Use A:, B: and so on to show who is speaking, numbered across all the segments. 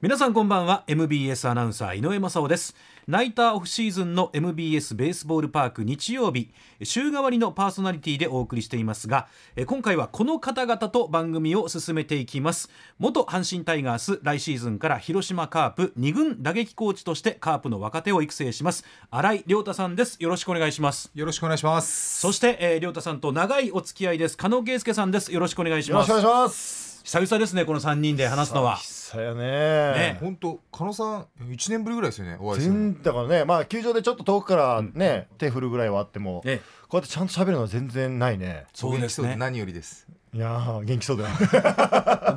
A: 皆さんこんばんは MBS アナウンサー井上正雄ですナイターオフシーズンの MBS ベースボールパーク日曜日週替わりのパーソナリティでお送りしていますがえー今回はこの方々と番組を進めていきます元阪神タイガース来シーズンから広島カープ2軍打撃コーチとしてカープの若手を育成します新井亮太さんですよろしくお願いします
B: よろしくお願いします。
A: そして、えー、亮太さんと長いお付き合いです加納圭介さんですよろしくお願いし
C: よろ
A: ま
C: し
A: す
C: くお願いします。
A: 久々ですねこの3人で話すのは
C: 久々やね。
A: ね
B: 本当、加野さん、一年ぶりぐらいですよね、お会いするの。
C: 全だからね、まあ球場でちょっと遠くからね、手振るぐらいはあっても、こ
A: ええ
C: うやってちゃんと喋るのは全然ないね。
A: そうです
B: お元気
A: ね
B: で何よりです。
C: いやー元気そうだ よ。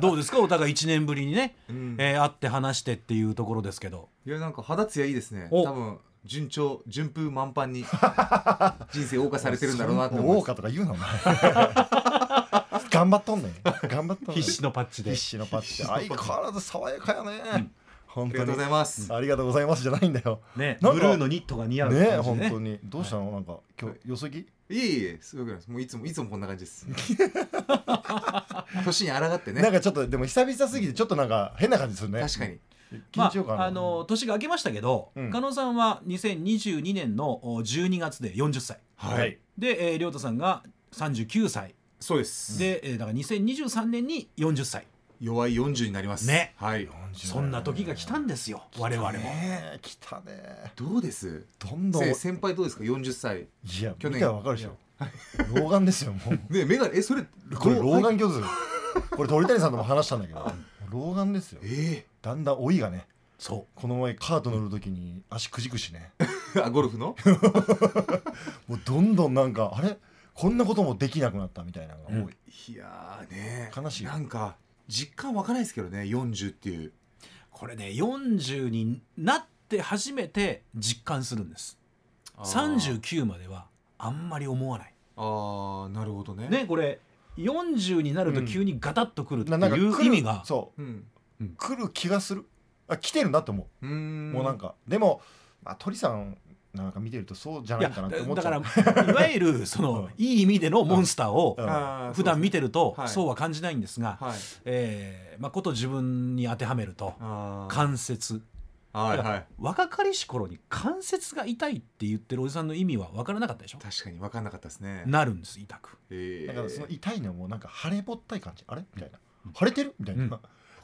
A: どうですかお互い1年ぶりにね、
B: ん
A: えー会って話してっていうところですけど
B: いや、なんか肌ツヤいいですね。
A: お
B: 多分、順調、順風満帆 に。人生謳歌されてるんだろうなって
C: 大
B: 思う。
C: 岡とか言うなお前。頑張っとんねん。頑張っとんねん。
A: 必死のパッチで
C: 必死のパッチ。相変わらず爽やかやね。
B: あ
C: 本
B: り
C: 当
B: がとう
C: に
B: ございます。
C: ありがとうございますじゃないんだよ。
A: ねブ
C: なんか
A: ルーのニットが似合う
C: ね
A: 感じ
C: 本
A: で
C: 当にどうしたのなんか今日よそぎ？
B: いえいえ、すごくないです。もういつも、いつもこんな感じ です。年に抗って
C: なん
B: ね。
C: かちょっとでも久々すぎてちょっとなんか変な感じするね。
B: 確かに。
C: 緊張
A: ま
C: 感
A: あ、あの年が明けましたけど、
C: うん
A: 加納さんは2022年のお12月で40歳
C: はい。
A: で、えー、亮太さんが39歳
B: そうです。
A: で、えーだから2023年に40歳
B: 弱い40になります。
A: ね
B: はい。
A: そんな時が来たんですよ我々も、
C: ねえ来たね
B: どうです。
C: どんどんい
B: せ先輩どうですか、40歳。
C: や
B: 去年
C: 見たらわかるでしょ老眼ですよも う
B: ね、メガネ、え、それ、
C: これ
B: どう
C: 老眼鏡ですよこれ鳥谷さんとも話したんだけど老眼ですよ
B: え
C: だんだん老いがね
A: そ
C: この前カート乗る時に足くじくしね
B: えあ、ゴルフの。
C: もうどんどんなんかあれこんなこともできなくなったみたいなのが多い、
B: いやーね
C: 悲しいよ
B: なんか実感湧かないですけどね40っていう
A: うこれね40になって初めて実感するんです39まではあんまり思わない
B: あーなるほどね
A: ねこれ40になると急にガタッとくるって
C: ななんか
A: いう
C: 来
A: 意
C: る
A: 味が、
C: そう
B: うん
C: 来る気がするあ来てるなって思
B: うー
C: う、
B: ん
C: もうなんかでも、まあ、鳥さんなんか見てるとそうじゃ
A: い
C: な
A: や
C: いかなって思っ
A: だ
C: ちゃ
A: か
C: う
A: らいわゆ るその、いい意味でのモンスターを
C: うん
B: あー
A: 普段見て
B: る
A: ると
B: はい
A: そうは感じないんですが、
B: はい
A: えーまあ、こと自分に当てはめると
B: あー
A: 関節
B: はい
A: だか
B: はい
A: ら若かりし頃に関節が痛いって言ってるおじさんの意味は分からなかったでしょ
B: 確かに分かんなかったですね
A: なるんです痛く
B: え
C: だ
B: ー
C: からその痛いのもなんか腫れぼったい感じあれみたいな腫れてるみたいな、
A: うん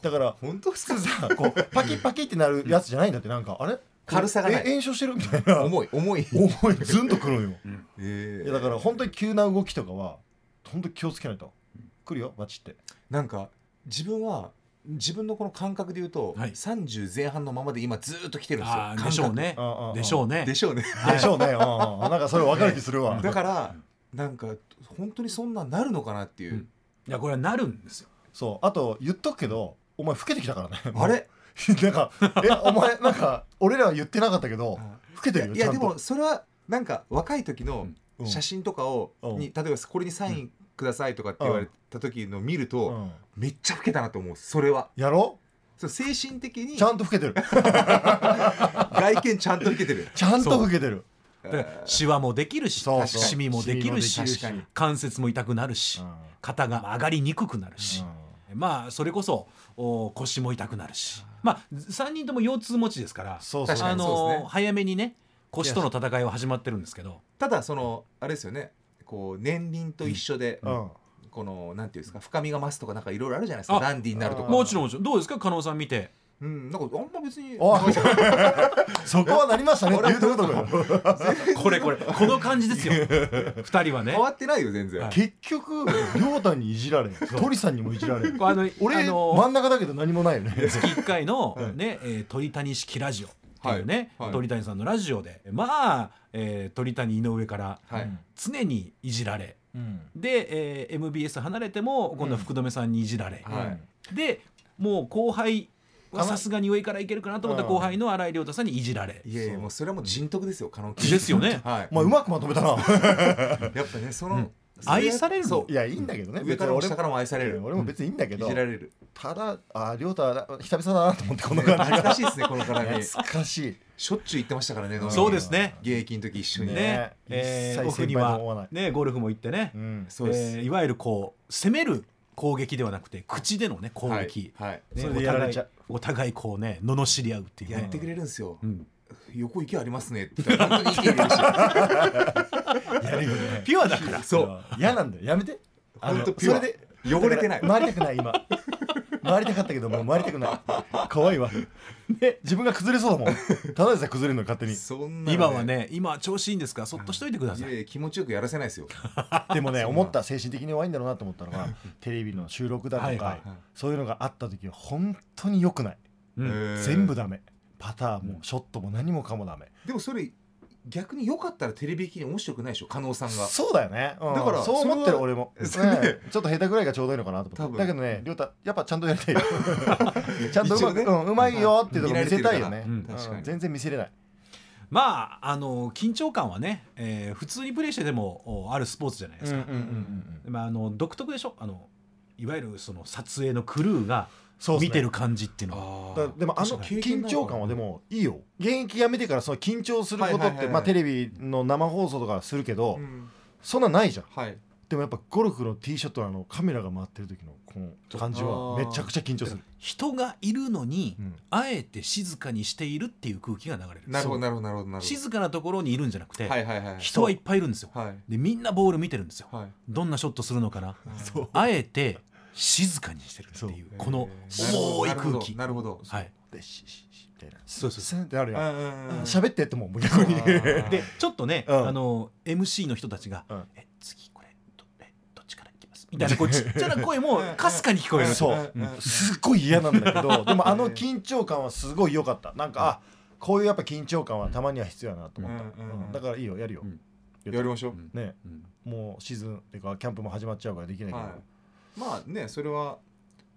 C: だから
B: 本当っす
C: 普
B: か
C: 通さこうパキパキってなるやつじゃないんだってなんかあれ
B: 軽さがない
C: え炎症してるみたいな
B: 重い重い
C: 重いずんとくるよ
B: え
C: い
B: ー
C: やだから本当に急な動きとかは本当に気をつけないと来るよバチって
B: なんか自分は自分のこの感覚で言うと、
A: はい
B: 30前半のままで今ずーっと来てるんですよ
A: あー
B: 感
A: で
B: 覚
A: しょうね
C: ああああ
A: でしょうね
B: でしょう ね
C: でしょうねうんうんうんなんかそれ分かる気す るわ
B: だからなんか本当にそんなんなるのかなっていう、
A: うんいやこれはなるんですよ
C: そうあと言っとくけどお前老けてきたからね
B: あれ
C: なんかえお前なんか俺らは言ってなかったけど
B: あ
C: 老けてるよ
B: い
C: ちゃ
B: や
C: ん
B: で
C: と
B: もそれはなんか若い時の
C: うん
B: 写真とかを
C: うん
B: に例えばこれにサインくださいとかって言われた時の見る
C: う
B: と
C: ん
B: めっちゃ老けたなと思うそれは
C: やろ
B: そう精神的
C: う
B: に
C: ちゃんと老けてる
B: 外見ちゃんと老け てる
C: ちゃんと老けてる
A: だからシワもできるし
C: そう
B: そう
A: シミもできるし
C: シミもできるし
B: 確かに
A: 関節も痛くなるし、肩が上がりにくくなるし、まあそれこそお腰も痛くなるしまあ3人とも腰痛持ちですから
C: そうそう
B: 確か
A: あ
B: に
A: の
B: そう
A: ー
B: ですね
A: 早めにね腰との戦いは始まってるんですけど
B: ただそのあれですよねこう年輪と一緒で、
C: うん
B: このなんていうんですか深みが増すとかなんかいろいろあるじゃないですか
A: あ
B: ダンディーになると
C: あ
B: か
C: ー
A: もちろんもちろんどうですか加納さん見て
B: うんなんかあんま別に
C: あ そこはなりましたね言うとこだよ
A: これこれこの感じです よ2人はね
B: 変わってないよ全然、
A: はい
C: 結局亮太にいじられ鳥さんにもいじられ
A: あの
C: 俺
A: あのー
C: 真ん中だけど何もないよね
A: 月1回 の
B: はい、
A: ねえー鳥谷式ラジオっていうね、
B: はいはい
A: 鳥谷さんのラジオでまあ、えー鳥谷井上から
B: はい、
A: 常にいじられ
C: うん
A: で、えー MBS 離れても今度は福留さんにいじられ、
B: はい
A: でもう後輩はさすがに上からいけるかなと思った後輩の新井亮太さんにいじられ
B: いやいやもうそれはもう人徳ですよカノン
A: ですよね
B: はい、
C: まあうまくまとめたな
B: やっぱねその、
A: うん
B: それ
A: 愛される
B: そう
C: いやいいんだけどね
B: 上からも
C: 別に
B: 下からも愛される
C: 俺も別にいいんだけ
B: い
C: ど
B: じられる
C: ただあ亮太久々だなと思ってこの感じ
B: 懐かしいですねこの 絡み
C: 懐かしい
B: しょっちゅう行ってましたからね飲みに
A: そうですね
B: 現役の時一緒に
A: ね
B: ね
C: ね
A: えー
C: 一切
A: オフに
C: 先輩と思わな
A: はいねゴルフも行ってね、
C: うん
B: そうです、
A: えーいわゆるこう攻める攻撃ではなくて口でのね攻撃、
B: はいはい
A: ね
C: それでやられちゃう
A: お互いお互いこうね罵り合うっていうね
B: やってくれるんですよ、
A: うん
B: 横行きありますねって言ったら本当に息入れ るし
C: やるよね
A: ピュアだから
B: そう
C: 嫌なんだよやめてあ
B: 本
C: の
B: 当
C: そ
B: ピュ
C: れ
B: ア
C: で
B: 汚れてない
C: だから回りたくない今回りたかったけどもう回りたくない怖いわね自分が崩れそうだもんただでさえ崩れるの勝手に
B: そんなの
A: 今はね今は調子いいんですからそっとしといてくだ
B: い
A: さ
B: や
A: い、
B: いや気持ちよくやらせないですよ
C: でもね思った精神的に弱いんだろうなと思ったのがテレビの収録だとか、
A: はいはい
B: はい
C: そういうのがあった時は本当に良くない、
A: うん
C: 全部ダメパターンもショットも何もかもダメ、
B: でもそれ逆に良かったらテレビ的に面白くないでしょ加納さんが
C: そうだよね、うん
B: だから
C: そう思っ
B: それ
C: てる
B: は
C: 俺も、ね
B: そうね
C: ちょっと下手ぐらいがちょうどいいのかなと
B: 多
C: 思っ
B: 分
C: てだけどね亮太やっぱちゃんとや り たいよちゃんとう
B: 一
C: ま,、
B: 応ね
C: うん、うまいよっていうところ見せたいよね、
A: うん
C: うん
B: 確かに
C: 全然見せれない
A: まああの緊張感はね、えー普通にプレーしてでもおあるスポーツじゃないですか、
B: うんうん
A: まあ、あの独特でしょあのいわゆるその撮影のクルーが
C: そう
A: 見て
C: る
A: る感じっていうのは
C: だでもあの
B: 確かに経験
C: 緊
B: だ
C: 張感はでもいいよ現役やめてからその緊張すること
B: はいはいは
C: っ
B: い
C: て
B: はい
C: まあテレビの生放送とかするけど、
B: うん
C: そんなないじゃん
B: はい
C: でもやっぱゴルフのティーショットのあのカメラが回ってる時のこの感じは
B: あー
C: めちゃくちゃ緊張する、
A: 人がいるのに、
C: うん
A: あえて静かにしているっていう空気が流れる
B: なるほ
A: そう
B: どなるほどなるほどなるほ
A: 静かなところにいるんじゃなくて、
B: どはいはいはい
A: 人はいっぱいいるんですよ
B: はい
A: でみんなボール見てるんですよ
B: はい
A: どんなショットするのかな
B: そう
A: あえて静かにしてるって
C: そう
A: いうこの
B: えー
A: 重い空気
B: なるほどなるほど
A: はい
C: でシッシッシッみたいな
A: そうそう
C: スンってなるやん
B: うんうんうん
C: 喋ってってももう逆に
B: あー
A: でちょっとね、
C: うん
A: あの MC の人たちが「
C: うん
A: え次これどえどっちからいきます」みたいなこうちっちゃな声もかすかに聞こえる
C: そうん
B: ん
C: すっごい嫌なんだけどでもあの緊張感はすごい良かったなんかあこういうやっぱ緊張感はたまには必要やなと思った、
B: うんうんうん
C: うんだからいいよやるよ、
A: うん
B: やりましょう、
A: うん
C: ね
A: うん
C: もうシーズンっていうかキャンプも始まっちゃうからできないけど、
B: はい、まあねそれは、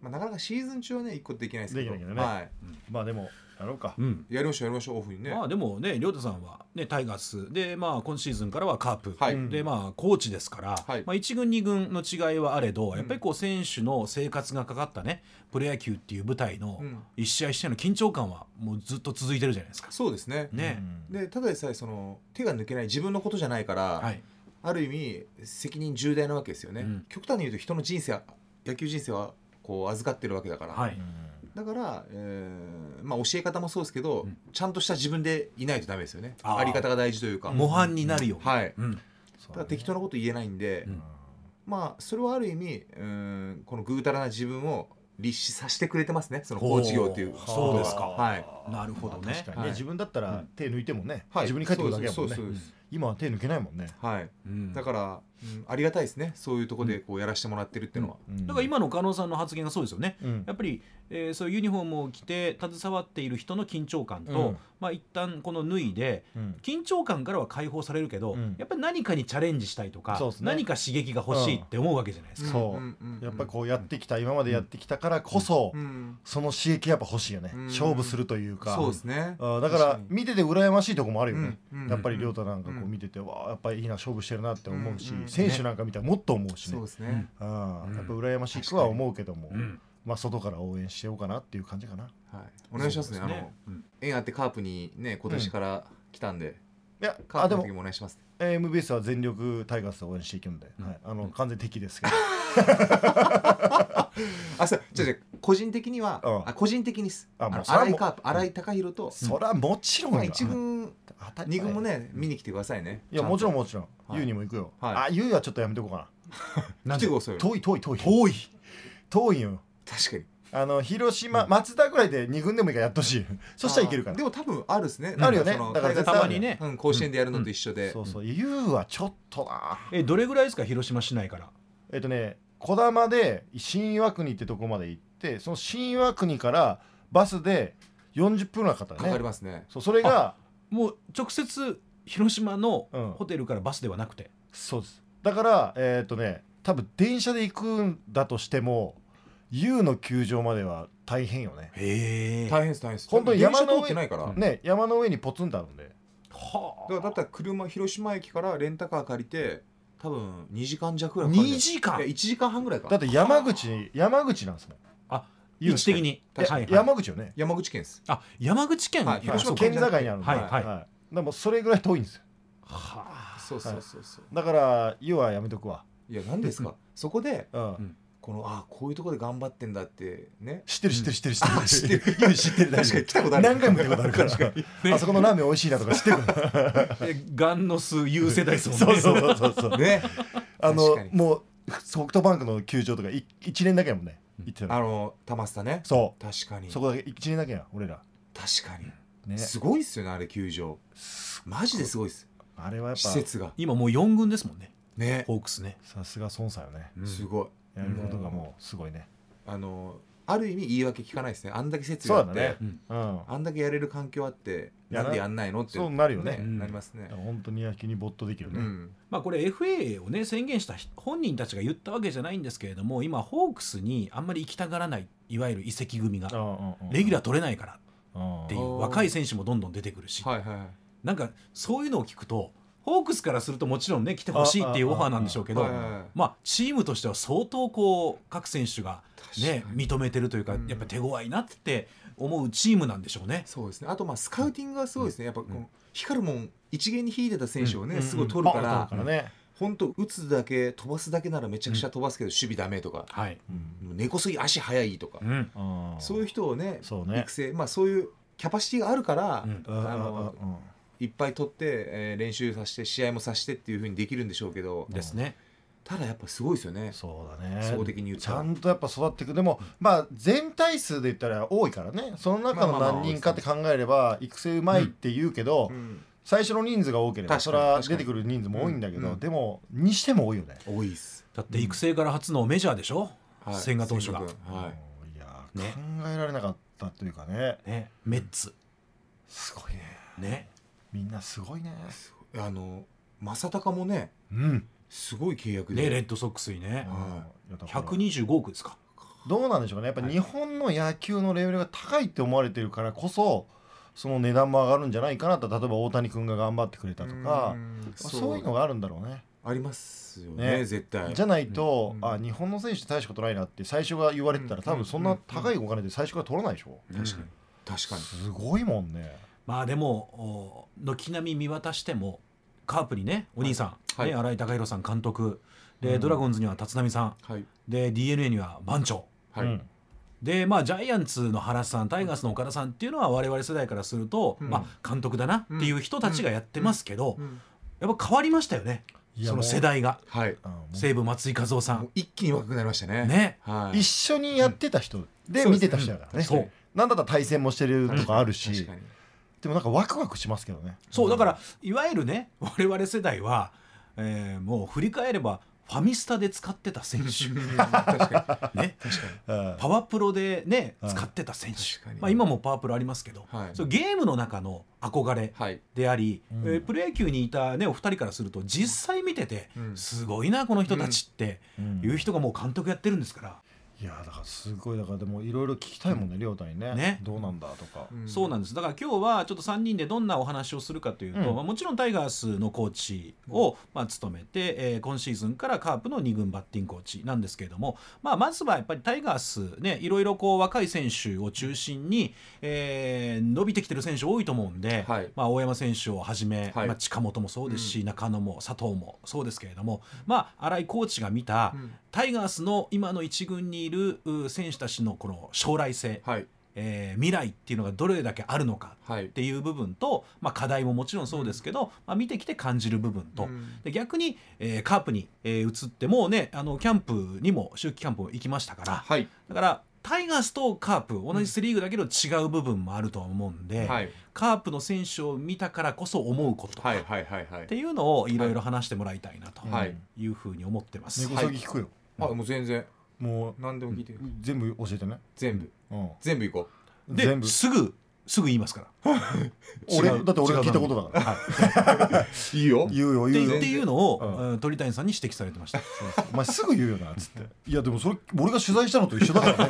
B: まあ、なかなかシーズン中はね一個できないですけど
C: できないけどね
B: はい、
C: まあでもやろうか、
A: うん
B: やりましょうやりましょうオフにね、
A: まあでもね亮太さんは、ね、タイガースで、まあ、今シーズンからはカープ、
B: はい
C: うん
A: でまあコーチですから、
B: はい
A: まあ、1軍2軍の違いはあれど
B: ん
A: やっぱりこう選手の生活がかかったねプロ野球っていう舞台の
B: うん
A: 一試合一試合の緊張感はもうずっと続いてるじゃないですか。
B: そうですね
A: ね
C: うん
B: でただでさえその手が抜けない自分のことじゃないから、
A: はい
B: ある意味責任重大なわけですよね、
A: うん
B: 極端に言うと人の人生は野球人生はこう預かってるわけだから、
A: はい
B: だから、えーまあ、教え方もそうですけど、
A: うん
B: ちゃんとした自分でいないとダメですよね
A: あー
B: あり方が大事というか、
A: 模範になるように、
B: はい
A: うん
C: そ
B: ただ
C: うだね
B: 適当なこと言えないんで、
A: うん
B: まあそれはある意味うーんこのぐうたらな自分を立志させてくれてますねそのコーチ業とい
A: ほ
B: う
A: う
B: ことは
A: そうですか
B: はい
A: なるほどね
C: 確かにね、
B: はい
C: 自分だった
A: う
C: ら
A: ん
C: 手抜いてもね、
B: はい
C: 自分に返ってくるだけやもん
B: そうで
C: ね
B: すそうです
C: 今は手抜けないもんね、
B: はい
A: うん
B: だから、うんありがたいですねそういうところでこうやらせてもらってるっていうのは、
C: うん
A: だから、今の加納さんの発言がそうですよね。
C: うん
A: やっぱり、えーそういうユニフォームを着て携わっている人の緊張感と、
C: うん
A: まあ一旦この脱いで
C: うん
A: 緊張感からは解放されるけど、
C: うん
A: やっぱり何かにチャレンジしたいとか、
C: そうっすね
A: 何か刺激が欲しいって思うわけじゃないですか。
C: そうん
B: んん
C: やっぱりこうやってきた今までやってきたからこそ、
B: うん
C: その刺激やっぱ欲しいよね、
B: うん
C: 勝負するというか
B: そうですね
C: あーだから
B: 確かに
C: 見てて羨ましいとこもあるよね、
B: うんうん
C: やっぱり亮太なんか
B: う
C: こうん見てて、わあやっぱりいいな勝負してるなって思うし、
B: うんうん
C: 選手なんか見たらもっと思うしね
B: そうですね、
C: あー
A: うん
C: やっぱ羨ましくは思うけども、
A: うん
C: まあ外から応援しようかなっていう感じかな
B: はい、お願いしますね
A: そうで
B: あの
A: うん
B: 縁あってカープにね今年から来たんで、
C: いや
B: カ
C: あ
B: ー
C: で
B: プの
C: も
B: 時もお願いします、
C: えー MBS は全力タイガースを応援していくんで、はい、あの完全敵ですけど
B: あそうじゃあじゃあ個人的には、
C: うん
B: あ個人的にです
C: あ
B: あ
C: もう
B: の
C: それは
B: 新
C: も
B: 井
C: う
B: カープ新井貴弘と、
C: そりゃもちろん
B: まあ、
C: よ
B: 1軍
C: 当たり前
B: 2軍もね見に来てくださいね
C: いやもちろん
B: ん
C: もちろん、
B: はい
C: ユウにも行くよ、
B: はい
C: あユウはちょっとやめとこうか
B: 来てください
C: な
B: よ
C: 遠い遠い遠い遠い遠いよ
B: 確かに
C: あの広島松田ぐらいで2軍でもいいからやってほしいそしたらいけるから
B: でも多分あるですね
C: んあるよね
B: なんその
C: だから
B: タイガース
A: たまにね
B: うん、甲子園でやるのと一緒で、
C: そうそうユウはちょっとな
A: えどれぐらいですか広島市内から。
C: えっとね小玉で新岩国ってとこまで行ってその新岩国からバスで40分はかかった
B: か
C: ね
B: かりますね
C: そうそれが
A: もう直接広島の
C: うん
A: ホテルからバスではなくて、
C: そうですだからえーっとね多分電車で行くんだとしても U の球場までは大変よね
A: へ
B: 大変です大変です
C: 本当に山
B: 電車
C: の上
B: 通ってないから、だ
C: ね山の上にポツンとあるんで
A: は
B: からだったら車広島駅からレンタカー借りて多分2時間弱ぐらいかかるん
A: 2
B: じ
A: 時
B: ゃない
A: 間
B: いや1時間半ぐらいか
C: だって山口に山口なんですね
A: あ
C: U
A: 位
C: の
A: 置的に、
C: え
A: はいはい
C: 山口よね
B: 山口県です
A: あ山口県、
B: はい
C: はい
B: 広島
C: 県境にあるんで
A: はいはい
C: いでもそれぐらい遠いんですよ
A: はあ
B: そうそうそうそう、
C: だから U はやめとくわ
B: い、や何ですかそこで
C: うん
B: このあこういうところで頑張ってんだってね
C: 知ってる知ってる知ってる知
B: あ知って
C: って る。る知ってる。
B: 確かに来たことある
C: 何回も来たことあるから。あそこのラーメン美味しいなとか知ってる。
A: えガンノス優世代ですもんね
C: そうそうそうそうそう。
B: ね
C: あの
B: 確かに
C: もうソフトバンクの球場とかい一年だけやもんね。行ってたの
B: あの玉下ね
C: そ
B: 確か
C: う。
B: に
C: そこだけ一年だけや俺ら。
B: 確かに、
C: ね。
B: すごいっすよねあれ球場マジですごいっす
C: あれはやっぱ
B: 施設が
A: 今もう4軍ですもんね
B: ね
A: ホークスね、
C: さすが孫さんよね。
A: うん
B: すごい
C: やることがもうすごいね。
B: あのある意味言い訳聞かないですねあんだけ施設
C: そう
B: があ
C: だ
B: って、
C: ね
A: う。ん
C: うん。
B: あんだけやれる環境あって
C: やら
B: なんでやんないのって
C: そうなるよね
A: うん
B: なりますね
C: だから本当に野球に没頭できる
B: う
C: ね。
B: ん
A: まあ、これ FA をね宣言した本人たちが言ったわけじゃないんですけれども今ホークスにあんまり行きたがらないいわゆる移籍組がレギュラー取れないから
C: ー
A: ってい
B: あ
A: う
B: ー
A: 若い選手もどんどん出てくるし
B: はいはいはい
A: なんかそういうのを聞くとホークスからするともちろんね来てほしいっていうオファーなんでしょうけど
B: はいはいはい
A: まあチームとしては相当こう各選手がね
B: 確かに
A: 認めてるというか
B: うん
A: やっぱ手強いなって思うチームなんでしょうね。
B: そうですねあとまあスカウティングがすごいですねやっぱこの光るもん一元に引いてた選手をね、
A: うん
B: すごい取るか
C: パン
B: ら
C: と、取るからね。
B: 本当打つだけ飛ばすだけならめちゃくちゃ飛ばすけど、守備ダメとか
A: はい、
B: 猫すぎ足速いとか、
A: うん
C: うん
B: そういう人をね
C: そうね
B: 育。成まあそういうキャパシティがあるから、
A: うん
C: うんうん
B: あの
C: うん
B: いっぱい取って、えー練習させて試合もさせてっていうふうにできるんでしょうけど
A: ですね。
B: ただやっぱすごいですよね
C: そうだね。
B: 総合的に言っ
C: ち
B: た
C: ゃ
B: ら
C: んとやっぱ育っていくでもまあ全体数で言ったら多いからねその中の
B: まあまあま
C: 何
B: あ
C: 人かって考えれば育成うまいって言うけど、
B: うん
C: 最初の人数が多ければ
B: 確か
C: そ
B: に
C: れは
B: 確か
C: 出
B: に
C: てくる人数も多いんだけど、
B: うんうん
C: でもにしても多いよね。
B: 多いっす、
A: だって育成から初のメジャーでしょ、千賀投手が
B: 千君はい
C: いやー、
A: ね
C: 考えられなかったというかね
A: ね、メッツ、
C: すごいね
A: ね、
C: みんなすごいね。
B: すごいあの正隆もね
C: うん、
B: すごい契約で、
A: ねレッドソックスにね
B: うん
C: いやだから
A: 125億ですか。
C: どうなんでしょうねやっぱ日本の野球のレベルが高いって思われてるからこそその値段も上がるんじゃないかなと例えば大谷君が頑張ってくれたとか
B: うん
C: そういうのがあるんだろうね。
B: ありますよね
C: ね
B: 絶対
C: じゃないと、
B: うん
C: あ日本の選手大したことないなって最初が言われてたら、
B: うん
C: 多分そんな高いお金で最初から取らないでしょ、
B: 確かに確かに
C: すごいもんね
A: まあでもお軒並み見渡してもカープにねお兄さん、
B: はい
A: ね、新井貴弘さん監督で、
C: うん
A: ドラゴンズには立浪さん
B: はい
A: で d n a には番長
B: はい、
C: うん
A: でまあジャイアンツの原さんタイガースの岡田さんっていうのは我々世代からすると、
B: うん
A: まあ、監督だなっていう人たちがやってますけど、
B: うん
A: やっぱ変わりましたよね
C: いや
A: そ
C: も
A: の
C: う
A: 世代が
B: はい
C: あもう
A: 西武松井一夫さ。
B: もうん一気に若くなりましたね
A: ね
B: はい
C: 一緒にやってた人で見てた人だからね、
A: そう
C: なんだったら対戦もしてるとかあるし、
B: 確かに
C: でもなんかワクワクしますけどね
A: そうだからいわゆるね我々世代は、えーもう振り返ればファミスタで使ってた選手
B: 確か
A: ね
C: うん
A: パワープロでね
C: うん
A: 使ってた選手
B: 確か、に
A: まあ、今もパワープロありますけど、
B: にはい
A: そうゲームの中の憧れ
B: はい
A: であり、
C: うん
A: えープロ野球にいた、ね、お二人からすると実際見てて、
B: うん
A: すごいなこの人たちって
C: うん
A: いう人がもう監督やってるんですから、
C: いやだからすごいだからでもいろいろ聞きたいもんね亮太にね
A: ね
C: どうなんだとか、
A: そうなんんですだから今日はちょっと3人でどんなお話をするかというと、
C: うん
A: まあもちろんタイガースのコーチを、まあ、務めて、えー今シーズンからカープの2軍バッティングコーチなんですけれども、まあ、まずはやっぱりタイガースねいろいろこう若い選手を中心に、えー伸びてきてる選手多いと思うんで、
B: はい
A: まあ、大山選手をはじめ、
B: はい
A: まあ、近本もそうですし、
B: う
A: 中野も佐藤もそうですけれども、まあ、新井コーチが見た、
B: うん
A: タイガースの今の一軍にいるう選手たちのこの将来性、
B: はい
A: えー未来っていうのがどれだけあるのか
B: はい
A: っていう部分と、まあ、課題ももちろんそうですけど、まあ、見てきて感じる部分と、
B: うん
A: で逆に、えーカープに、えー移ってもうねあのキャンプにも秋季キャンプ行きましたから
B: はい
A: だからタイガースとカープ同じセ・リーグだけど違う部分もあるとは思うんで、
B: はい
A: カープの選手を見たからこそ思うこととか、
B: はい
A: っ
B: はいはいはい
A: ていうのをいろいろ話してもらいたいなと
B: はい
A: いうふうに思ってます。
C: 根こそぎ聞くよ、
B: あもう全然
C: も
B: 何でも聞いて
C: う全部教えてね、
B: 全部
C: うん、
B: 全部いこ
A: で
C: 全部
A: すぐすぐ言いますから。
C: 俺
B: 違う
C: だって俺が聞いたことだから
B: ういいよ
C: 言うよ
A: って
C: 言う
A: 言
C: よ
A: っていうのを、
C: う
A: うん鳥谷さんに指摘されてました。
C: お前すぐ言うよなっつっていやでもそれ俺が取材したのと一緒だからね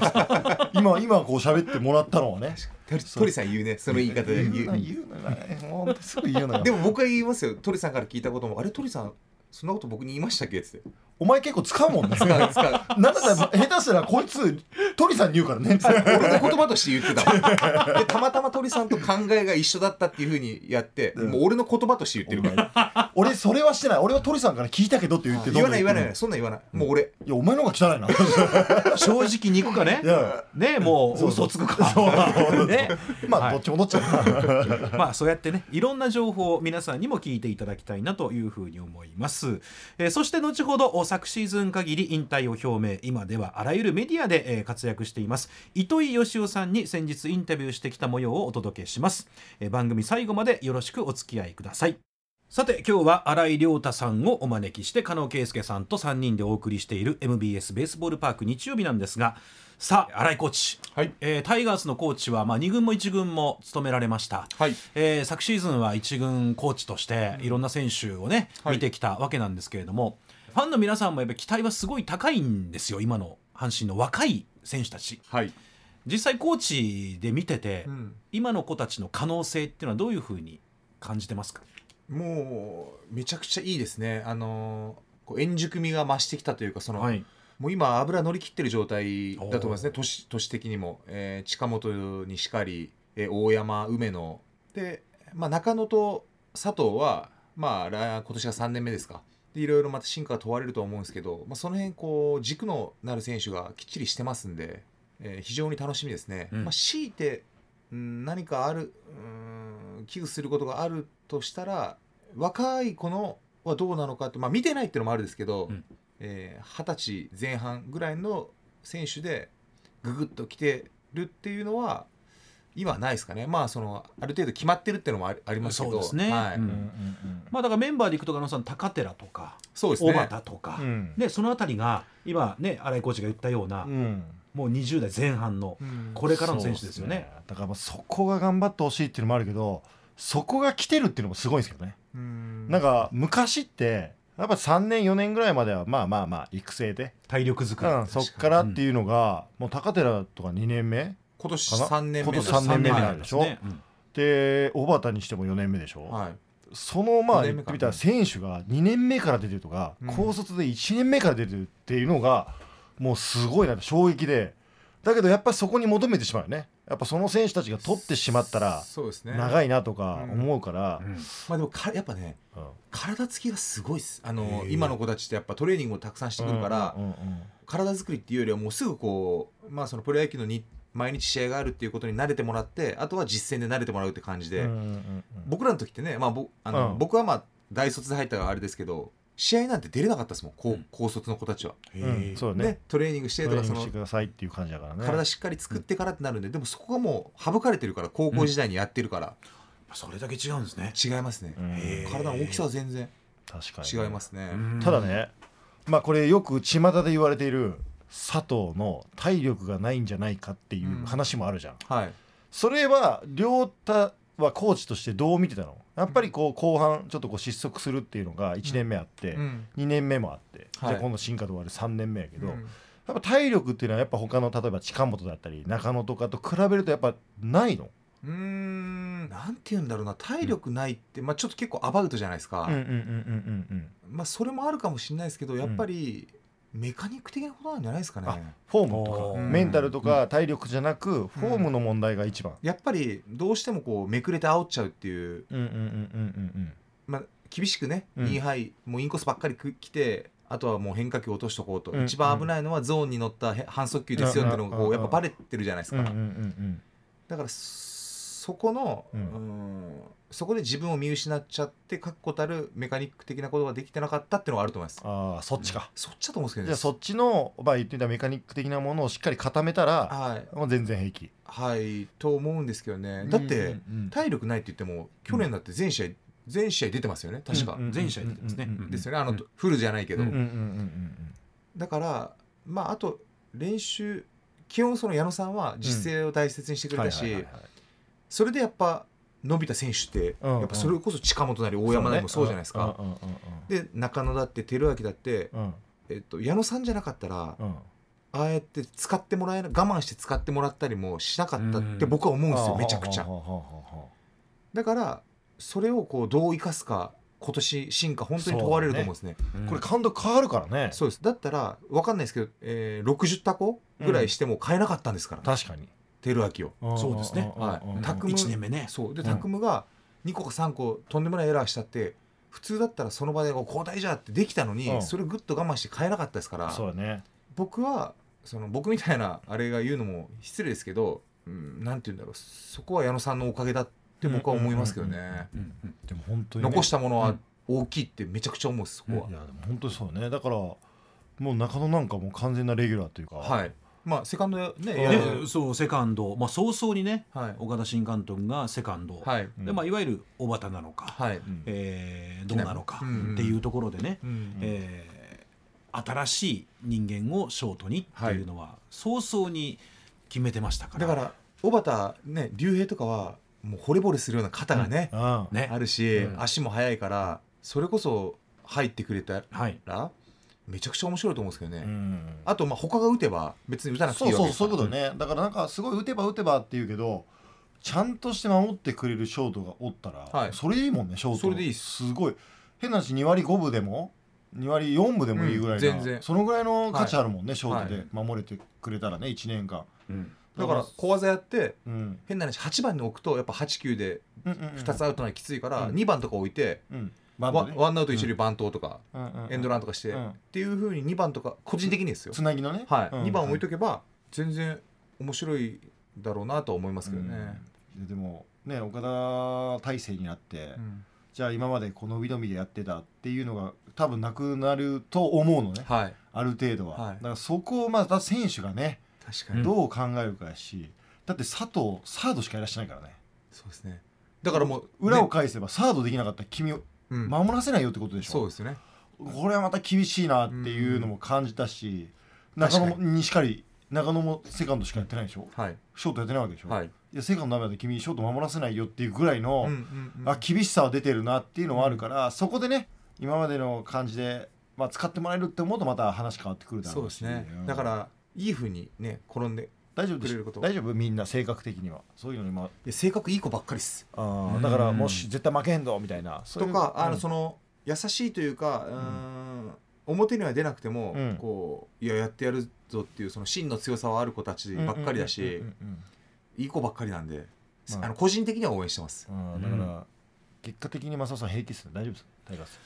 C: っつって今今こう喋ってもらったのはね
B: 鳥鳥さん言うねその言い方で
C: 言う
B: 言
C: な
B: う
C: 言うなもうほんとすぐ言うなよ
B: でも僕は言いますよ鳥さんから聞いたこともあれ鳥さんそんなこと僕に言いましたっけっつって
C: お前結構使うもんね
B: 使う使う
C: なんだっ たら下手したらこいつ鳥さんに言うからね
B: 俺の言葉として言ってたもんでたまたま鳥さんと考えが一緒だったっていうふうにやって、
C: うん
B: もう俺の言葉として言ってるから
C: 俺それはしてない俺は鳥さんから聞いたけどって言って
B: 言わない言わない言わないいそんなん言わないもう俺
C: やお前の方が汚 いな
A: 正直にいくかね
C: いや
A: ねもう
C: そうそ
A: 嘘つ
C: う
A: くかね
C: ま
A: はい
C: あどっちもどっちだ な
A: まあそうやってねいろんな情報を皆さんにも聞いていただきたいなというふうに思います、えーそして後ほどお昨シーズン限り引退を表明今ではあらゆるメディアで、えー活躍しています糸井義雄さんに先日インタビューしてきた模様をお届けします、えー番組最後までよろしくお付き合いくださいさて今日は新井亮太さんをお招きして加納圭介さんと3人でお送りしている MBS ベースボールパーク日曜日なんですがさあ新井コーチ、
B: はい
A: えータイガースのコーチは、まあ、2軍も1軍も務められました、
B: はい
A: えー昨シーズンは一軍コーチとしていろんな選手をね、
B: はい
A: 見てきたわけなんですけれどもファンの皆さんもやっぱり期待はすごい高いんですよ今の阪神の若い選手たち
B: はい、
A: 実際コーチで見てて、
B: うん
A: 今の子たちの可能性っていうのはどういうふうに感じてますか
B: もうめちゃくちゃいいですねあのーこう円熟味が増してきたというかその、
A: い、
B: もう今油乗り切ってる状態だと思いますね年年的にも、えー近本にしかり、えー大山梅野で、まあ、中野と佐藤は、まあ、来今年が3年目ですかでいろいろまた進化が問われると思うんですけど、まあ、その辺こう軸のなる選手がきっちりしてますんで、えー非常に楽しみですね、
A: うん
B: まあ、強いて、うん、何かある、うん、危惧することがあるとしたら若い子のはどうなのかって、まあ、見てないっていうのもあるんですけど、
A: うん
B: えー二十歳前半ぐらいの選手でググッと来てるっていうのは今はないですかね、まあ、そのある程度決まってるっていうのもありありますけど
A: そうですね
B: はい
A: うんまあだからメンバーでいくと加納さん高寺とか
B: そうです
A: 小
B: ね
A: 畑とか、
C: うん
A: でそのあたりが今ね新井コーチが言ったような、
C: うん
A: もう20代前半の
B: うん
A: これからの選手ですよね
C: そうっだからまあそこが頑張ってほしいっていうのもあるけどそこが来てるっていうのもすごいんですけどね
B: うん
C: なんか昔ってやっぱ3年4年ぐらいまではまあまあまあ育成で、
A: 体力作
C: う
A: り、
C: ん、そっからっていうのが、もう高寺とか2年目
B: 今年3年目
C: 今年
B: だ
C: 三年目になるでしょ
A: 三年目になるんですねうん
C: で小畑にしても4年目でしょ、
B: はい、
C: そのまあ
B: 四年
C: 言
B: 目
C: っ
B: か
C: てみたら選手が2年目から出てるとか、
B: うん
C: 高卒で1年目から出てるっていうのがもうすごいな衝撃でだけどやっぱりそこに求めてしまうよねやっぱその選手たちが取ってしまったら
B: そうですね
C: 長いなとか思うから、
A: うん
B: まあ、でもかやっぱね
C: うん
B: 体つきがすごいですあの
A: へえ
B: 今の子たちってやっぱトレーニングをたくさんしてくるから、
C: うんうんうん
B: 体作りっていうよりはもうすぐこう、まあ、そのプロ野球のに毎日試合があるっていうことに慣れてもらってあとは実戦で慣れてもらうって感じで、
C: うんうんうんうん
B: 僕らの時ってね、まあ、ぼあの
C: うん
B: 僕はまあ大卒で入ったからあれですけど試合なんて出れなかったですもん高,、
A: うん
B: 高卒の子たちは、
C: うんそう
B: ね
C: ね
B: トレーニングして
C: ト
B: と
C: レ
B: か
C: ーニ
B: そ
C: ングし
B: の
C: てくださいっていう感じだからね
B: 体しっかり作ってからってなるんででもそこがもう省かれてるから高校時代にやってるから、
A: それだけ違うんですね。
B: 違いますね、
C: うん
A: へえ
B: 体の大きさは全然
C: 確かに
B: 違いますね、
A: うん
C: ただ、ねまあこれよく巷で言われている佐藤の体力がないんじゃないかっていう話もあるじゃん、
B: はい
C: それは亮太はコーチとしてどう見てたのやっぱりこう後半ちょっとこう失速するっていうのが1年目あって、
B: うん
C: 2年目もあって、
B: はい
C: じゃあ今度進化と終わる3年目やけど、
B: う
C: やっ
B: ん
C: ぱ体力っていうのはやっぱ他の例えば近本だったり中野とかと比べるとやっぱないの、
B: うーんなんて言うんだろうな体力ないって、まあ、ちょっと結構アバウトじゃないですか、
C: うんうんうんうんうん
B: まあ、それもあるかもしれないですけどやっぱりメカニック的なことなんじゃないですかね、
C: あフォームと
A: お
C: か
B: ー
C: メンタルとか体力じゃなくフォームの問題が一番、
B: やっぱりどうしてもこうめくれて煽っちゃうっていう、
C: うん、うんうんうん
B: まあ、厳しくね、
C: うん
B: インハイもうインコースばっかりく来てあとはもう変化球落としとこうと、
C: うん
B: 一番危ないのはゾーンに乗ったへ反則球ですよっていうのがこ
C: うん
B: うやっぱバレてるじゃないです
C: うんうん
B: か、
C: うんうんうん
B: だからそこの、
C: う
B: うんん、そこで自分を見失っちゃって確固たるメカニック的なことができてなかったっていうのはあると思います
C: ああそっちか、
B: そっちだと思うんですけどね
C: じゃあそっちの、まあ、言ってみたメカニック的なものをしっかり固めたら
B: はい
C: もう全然平気
B: はいと思うんですけどねだって、体力ないって言っても去年だって全試合、全試合出てますよね確か、
C: うんうん
A: 全試合出てますね
C: うんうんうん
B: ですよねあの、フルじゃないけど、
C: うんうんうんうん
B: だからまああと練習基本その矢野さんは実勢を大切にして
C: う
B: く
C: ん
B: れ
C: はい
B: た
C: はい
B: し、
C: はいはい
B: それでやっぱ伸びた選手って、
C: うん
B: やっぱそれこそ近本なり大山なりもそうじゃないですか、
C: うんうんうん
B: で中野だって照明だって、
C: うんうん
B: えっと、矢野さんじゃなかったら、
C: うん
B: ああやって使ってもらえな我慢して使ってもらったりもしなかったって僕は思うんですよ、めちゃくちゃ
C: は。あはあはあはあ
B: だからそれをこうどう生かすか今年進化本当に問われると思うんですねそう
A: うん
C: これ監督変わるからね
B: ですだったら分かんないですけど、えー60タコぐらいしても買えなかったんですから、
C: 確かに
B: 照明を
A: そうですね
B: はい
C: うんうん
B: タック
A: 1年目ね
B: そうで
C: うん
B: タクムが2個か3個とんでもないエラーしちゃって普通だったらその場でこう交代じゃってできたの
C: う
B: に
C: ん
B: それをぐっと我慢して変えなかったですから
C: そうだね
B: 僕はその僕みたいなあれが言うのも失礼ですけどうんなんて言うんだろうそこは矢野さんのおかげだって僕は思いますけど
C: うんうんうん
B: ね
A: うんうん
C: でも本当にね、
B: 残したもの
A: う
B: は
A: ん
B: 大きいってめちゃくちゃ思うですそこ
C: いやでも本当にそうねだからもう中野なんかもう完全なレギュラーというか
B: ははいまあセカンドね
C: うん
B: やる
A: でそうセカンド、まあ、早々にね
B: はい
A: 岡田新監督がセカンド、
B: はい
C: うん
A: でまあ、いわゆる小畑なのか、
B: はい
C: うん
A: えーどうなのかっていうところでね、
B: うん
A: えー新しい人間をショートにっていうのは早々に決めてましたから
B: だから小畑ね竜兵とかはもう惚れ惚れするような肩がね、
C: ああ
A: ね
B: あるし、
A: うん
B: 足も速いからそれこそ入ってくれた
A: はい、
B: らめちゃくちゃ面白いと思うんですけどね、
C: うん
B: あとまあ他が打てば別に打たなくてい
C: そう
B: いわけ
C: そう
B: です
C: そういうこと
B: ね
C: ねだからなんかすごい打てば打てばって言うけどちゃんとして守ってくれるショートがおったら、
B: はい
C: それいいもんねショート
B: それでいいっ
C: すごい変な話2割5分でも2割4分でもいいぐらいな、
B: うん全然
C: そのぐらいの価値あるもんね、ショート
B: は
C: で
B: い
C: 守れてくれたらね1年間
B: だから小技やって
C: うん
B: 変な話8番に置くとやっぱ89で
C: うんうんうん
B: 2つアウトなのがきついから
C: うん
B: 2番とか置いて、
C: うんバン
B: ワ
C: ト
B: ン
C: ね
B: ワンアウト一塁バントとか、
C: うんうんうん
B: エンドランとかして、
C: う
B: っ
C: ん
B: ていうふうに2番とか個人的にですよ、
C: つなぎのね
B: はい
C: うん
B: 2番置いとけば全然面白いだろうなとは思いますけどね、
C: うんででもね岡田体制になって、
B: うん
C: じゃあ今までこの伸び伸びでやってたっていうのが多分なくなると思うのね
B: はい
C: ある程度は、
B: はい
C: だからそこをまた選手がね、
B: 確かに、
A: うん
C: どう考えるかやしだって佐藤サードしかやらしてないからね
B: そうですねだからもう
C: 裏を
B: ね
C: 返せばサードできなかったら君を
B: うん
C: 守らせないよってことでし
B: そう
C: ょ、
B: ですね
C: これはまた厳しいなっていうのも感じたし、中野も
B: 確
C: にしかり中野もセカンドしかやってないでしょ
B: はい
C: ショートやってないわけでしょ、
B: はい、
C: いやセカンドダメだって君ショート守らせないよっていうぐらいの、
B: ん
C: あ厳しさは出てるなっていうのはあるから、そこでね今までの感じで、まあ、使ってもらえるって思うとまた話変わってくるだ
B: そ
C: ろ
B: う
C: う
B: で
C: し
B: すね
C: うん
B: だからいいふうにね転んでい
C: 大丈夫
B: く
C: で
B: れ
C: し
B: ること
C: 大丈夫みんな性格的にはそういうのにま
B: や性格いい子ばっかりっす
C: あー
A: うん
C: だからもし絶対負けへんぞみたいなそうい
B: と
C: う
B: かあのそ
C: の
B: の優しいというかうーん表には出なくても、
C: うん
B: こういややってやるぞっていうその真の強さはある子たちばっかりだし、
C: うん
B: いい子ばっかりなんで、
C: まあ
B: あ、の個人的には応援してます
C: うんうんうんうんだから結果的にマサオさん平気っすね大丈夫です大丈夫です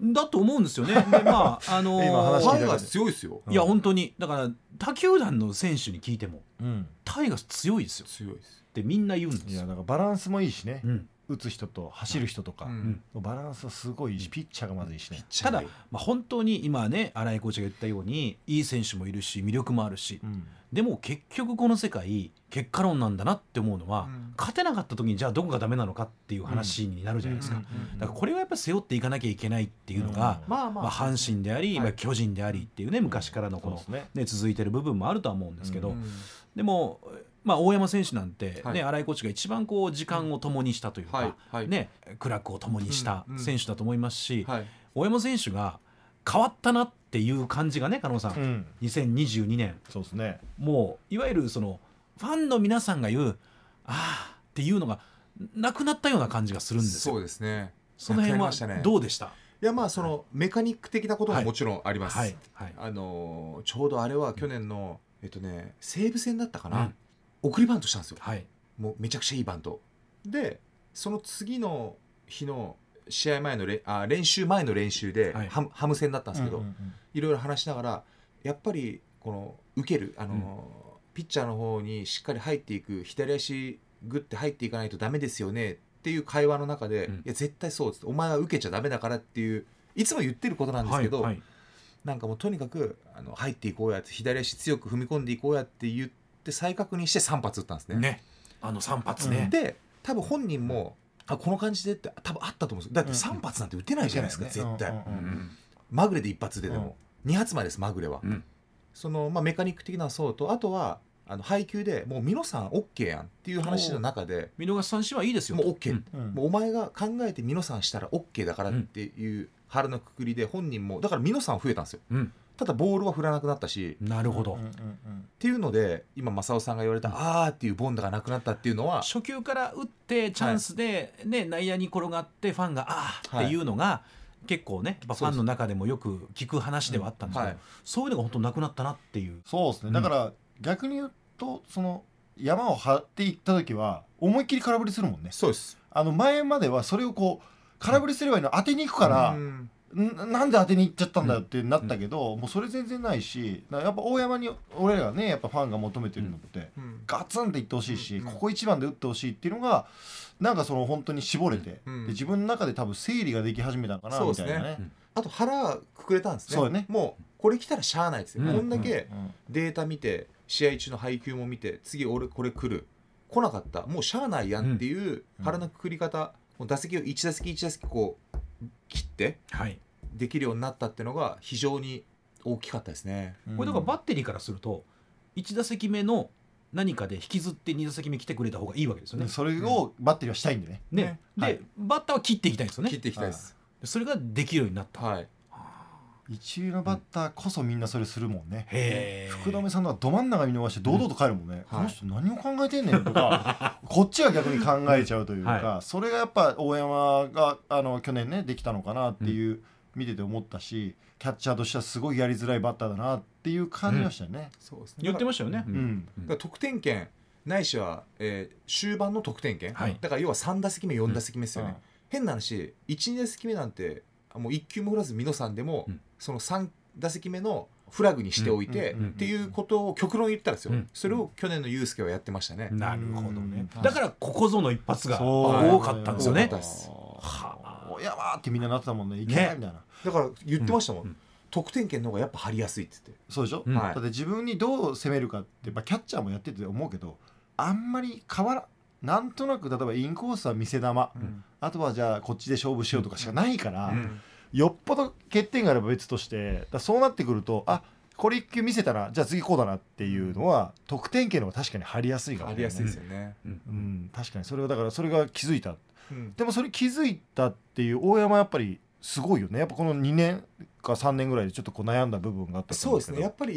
A: だと思うんですよね。でまああのー
C: 今
B: フ
C: 話聞い
B: ァ
C: た
B: ンが強いですよ
C: うん
A: いや本当にだから他球団の選手に聞いても
C: うん
A: タイガース強いですよっ
B: 強いです
A: てみんな言うんで
C: い
A: す
C: や
A: よ。
C: だからバランスもいいしね
A: うん
C: 打つ人と走る人とか
B: うん
A: ん
C: のバランスはすごいいいしピッチャーがまずいいしね
A: ただ、まあ、本当に今ね新井コーチが言ったようにいい選手もいるし魅力もあるし
C: うん
A: でも結局この世界結果論なんだなって思うのは、
B: うん
A: 勝てなかった時にじゃあどこがダメなのかっていう話になるじゃないですか、
B: うん
A: だからこれはやっぱり背負っていかなきゃいけないっていうのが、
C: うん
B: まあま
A: ま
B: あ、
A: あ、阪神であり、
B: はい
A: まあ、巨人でありっていうね昔からのこの、
C: そうですね
A: ね、続いてる部分もあるとは思うんですけど、
B: うん
A: でも、まあ、大山選手なんて、
B: はい
A: ね新井コーチが一番こう時間を共にしたというか、
B: はいはい
A: ね、苦楽を共にした
B: うんうん
A: 選手だと思いますし、
B: はい
A: 大山選手が変わったなっていう感じがね加納さん、
C: うん
A: 2022年
C: そうですね
A: もういわゆるそのファンの皆さんが言う「ああ」っていうのがなくなったような感じがするんですよ。
B: そうですね
A: その辺
B: なくなり
A: は
B: ましたね
A: どうでした
B: いやまあそのメカニック的なことももちろんあります、
A: はいはい
B: あのーちょうどあれは去年の、えっとね西武戦だったか
A: う
B: な、
A: ん
B: 送りバントしたんですよ、
A: はい
B: もうめちゃくちゃいいバントでその次の日の試合前のれあ練習前の練習で、
A: はい
B: ハムハム戦だったんですけど、
C: うんうんうん
B: いろいろ話しながらやっぱりこの受けるあのー、
A: うん
B: ピッチャーの方にしっかり入っていく左足グッて入っていかないとダメですよねっていう会話の中で、
A: うん
B: いや絶対そうっつってお前は受けちゃダメだからっていういつも言ってることなんですけど、
A: はいはい
B: なんかもうとにかくあの入っていこうやって左足強く踏み込んでいこうやって言って再確認して3発打ったんですね。
A: ねあの3発ね、
B: で多分本人もあこの感じでって多分あったと思うんですよだって3発なんて打てないじゃないですか、
C: うんうん
B: 絶対、
C: うんうん
B: まぐれで1発ででも、2発までですまぐれは、
A: うん
B: その、まあ、メカニック的なそうとあとはあの配球でもうミノさん OK やんっていう話の中で
A: 見逃し三振はいいですよ
B: もう OK、
A: うん
C: うん
B: もうお前が考えてミノさんしたら OK だからっていう腹のくくりで本人もだからミノさん増えたんですよ
A: うん
B: ただボールは振らなくなったし、
A: なるほど、
C: うんうんうん
B: っていうので今正雄さんが言われた、
A: うん
B: あーっていうボンダがなくなったっていうのは
A: 初球から打ってチャンスで、ね、内野に転がってファンが「ああ」っていうのが、結構ねやっぱファンの中でもよく聞く話ではあったんですけど、
B: はい
A: そういうのが本当なくなったなっていう。
C: そうです
A: う
C: ね
A: ん
C: だから逆に言うとその山を張っていった時は思いっきり空振りするもんね
B: そうです
C: あの前まではそれをこう空振りすればいいの当てに行くから、
B: うん
C: んなんで当てに行っちゃったんだよってなったけど、もうそれ全然ないしだからやっぱ大山に俺らがねやっぱファンが求めてるのって、
B: うん
C: ガツンっていってほしいし、
B: うんうん
C: ここ一番で打ってほしいっていうのがなんかその本当に絞れて、
B: うん
C: で自分の中で多分整理ができ始めたのかな
B: そう
C: み
B: で
C: た
B: す
C: い
B: ね
C: なね。
B: あと腹くくれたんですね
C: そうだね
B: もうこれ来たらしゃあないですよ、
A: うん
B: こんだけ
C: うん
B: データ見て試合中の配球も見て次俺これ来る来なかったもうしゃあないやんっていう
C: うん
B: 腹のくくり方、もう打席を1打席1打席こう切って
A: はい、
B: できるようになったっていうのが非常に大きかったですね。
A: これだからバッテリーからすると1打席目の何かで引きずって2打席目来てくれた方がいいわけですよね。
C: それをバッテリーはしたいんでね。
A: ねで、
C: はい
A: バッターは切っていきたいんですよね
B: 切っていきたいです。
A: それができるようになった。
B: はい。
C: 一流のバッターこそみんなそれするもんね。
A: へえ
C: 福留さんのはど真ん中見逃して堂々と帰るもんね、
B: うん
C: この人何を考えてんねんとかこっちは逆に考えちゃうというか、
A: は
C: それがやっぱ大山があの去年ねできたのかなっていう、見てて思ったしキャッチャーとしてはすごいやりづらいバッターだなっていう感じがしたよね。
B: そうです
A: 言ってましたよね。
C: うん
B: だから得点圏ないしは、えー終盤の得点圏、
A: はい
B: だから要は3打席目4打席目ですよね、
C: うん
B: 変な話12打席目なんてもう1球も振らず美濃さんでも、
A: うん
B: その3打席目のフラグにしておいて、
C: うんうんうん
B: っていうことを極論言ったんですよ、
A: うん
B: それを去年のユ介はやってましたね、
A: なるほどね
B: う。ん
A: だからここぞの一発が
C: そう
A: 多かったんですよ
B: 多
A: ね
B: か。ったです
A: は
C: おやばーってみんななってたもんねいけないみたいな、
B: だから言ってましたもん、
A: うんうん
B: 得点圏の方がやっぱ張りやすいって言って
C: そうでしょ、
A: うん
C: だって自分にどう攻めるかって、まあ、キャッチャーもやってて思うけどあんまり変わらなんとなく例えばインコースは見せ球、
B: ん
C: あとはじゃあこっちで勝負しようとかしかないから、
A: うん
C: よっぽど欠点があれば別としてだからそうなってくるとあこれ1球見せたなじゃあ次こうだなっていうのは得点圏の方が確かに張りやすいから、
B: 張りやすいですよね、
C: うん、確かにそれはだからそれが気づいた
B: うん
C: でもそれ気づいたっていう大山やっぱりすごいよねやっぱこの2年か3年ぐらいでちょっとこう悩んだ部分があったと
B: そ
C: 思
B: う
C: う
B: です
C: けど
B: ねやっぱり、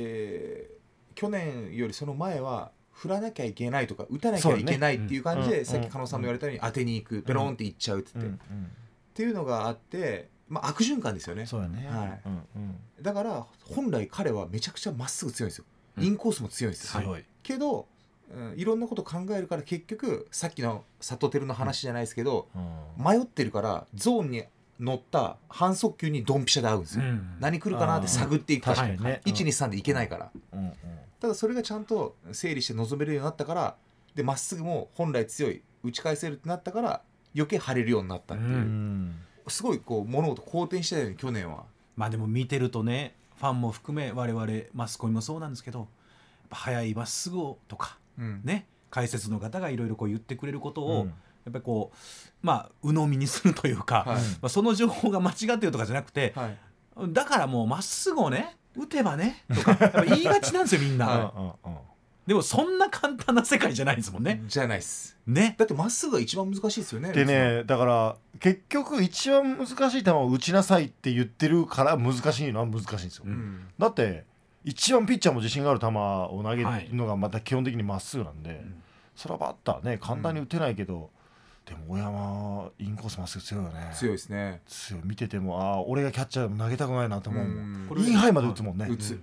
B: えー去年よりその前は振らなきゃいけないとか打たなきゃいけないっていう感じで、
C: うん
B: さっき加納さんも言われたように当てに行くペロンっていっちゃうって言って、っ
C: うんうん
B: ていうのがあって、まあ、悪循環ですよね
C: そうやね、
B: はい
C: うんうん、
B: だから本来彼はめちゃくちゃまっすぐ強いんですよ
A: うん
B: インコースも強いんですよ、
A: すごい。
B: けど、うん、いろんなこと考えるから結局さっきの里照の話じゃないですけど、
C: うん
B: 迷ってるからゾーンに乗った反則球にドンピシャで合うんですよ、何来るかなって探っていくから
C: 確かにね、うん
B: 123でいけないから、
C: うんうん
B: ただそれがちゃんと整理して臨めるようになったからでまっすぐも本来強い打ち返せるってなったから余計張れるようになったっていう、
A: う
C: うん
B: すごいこう物事好転したように去年は
A: まあでも見てるとねファンも含め我々マスコミもそうなんですけどやっぱ速いまっすぐをとか
B: うん
A: ね解説の方がいろいろこう言ってくれること
C: う
A: を、
C: ん
A: やっぱりこうまあ鵜呑みにするというか、
B: はい
A: まあ、その情報が間違ってるとかじゃなくて
B: はい
A: だからもうまっすぐをね打てばねとかやっぱ言いがちなんですよみんな、
B: はい
C: うんうんうん
A: でもそんな簡単な世界じゃないですもんね、
B: じゃないっす
A: ね
B: だってまっすぐが一番難しいですよね
C: でねだから結局一番難しい球を打ちなさいって言ってるから難しいのは難しいんですよ、
A: う
B: うんん
C: だって一番ピッチャーも自信がある球を投げ
A: はい
C: るのがまた基本的にまっすぐなんで、
A: ん
C: それはバッターね簡単に打てないけど、でも大山インコースまっすぐ強いよね
B: 強
C: い
B: いですね
C: 強い見ててもああ俺がキャッチャーでも投げたくないなと思うもん、
B: うん
A: これ
C: インハイまで打つもんね、
B: 打つ、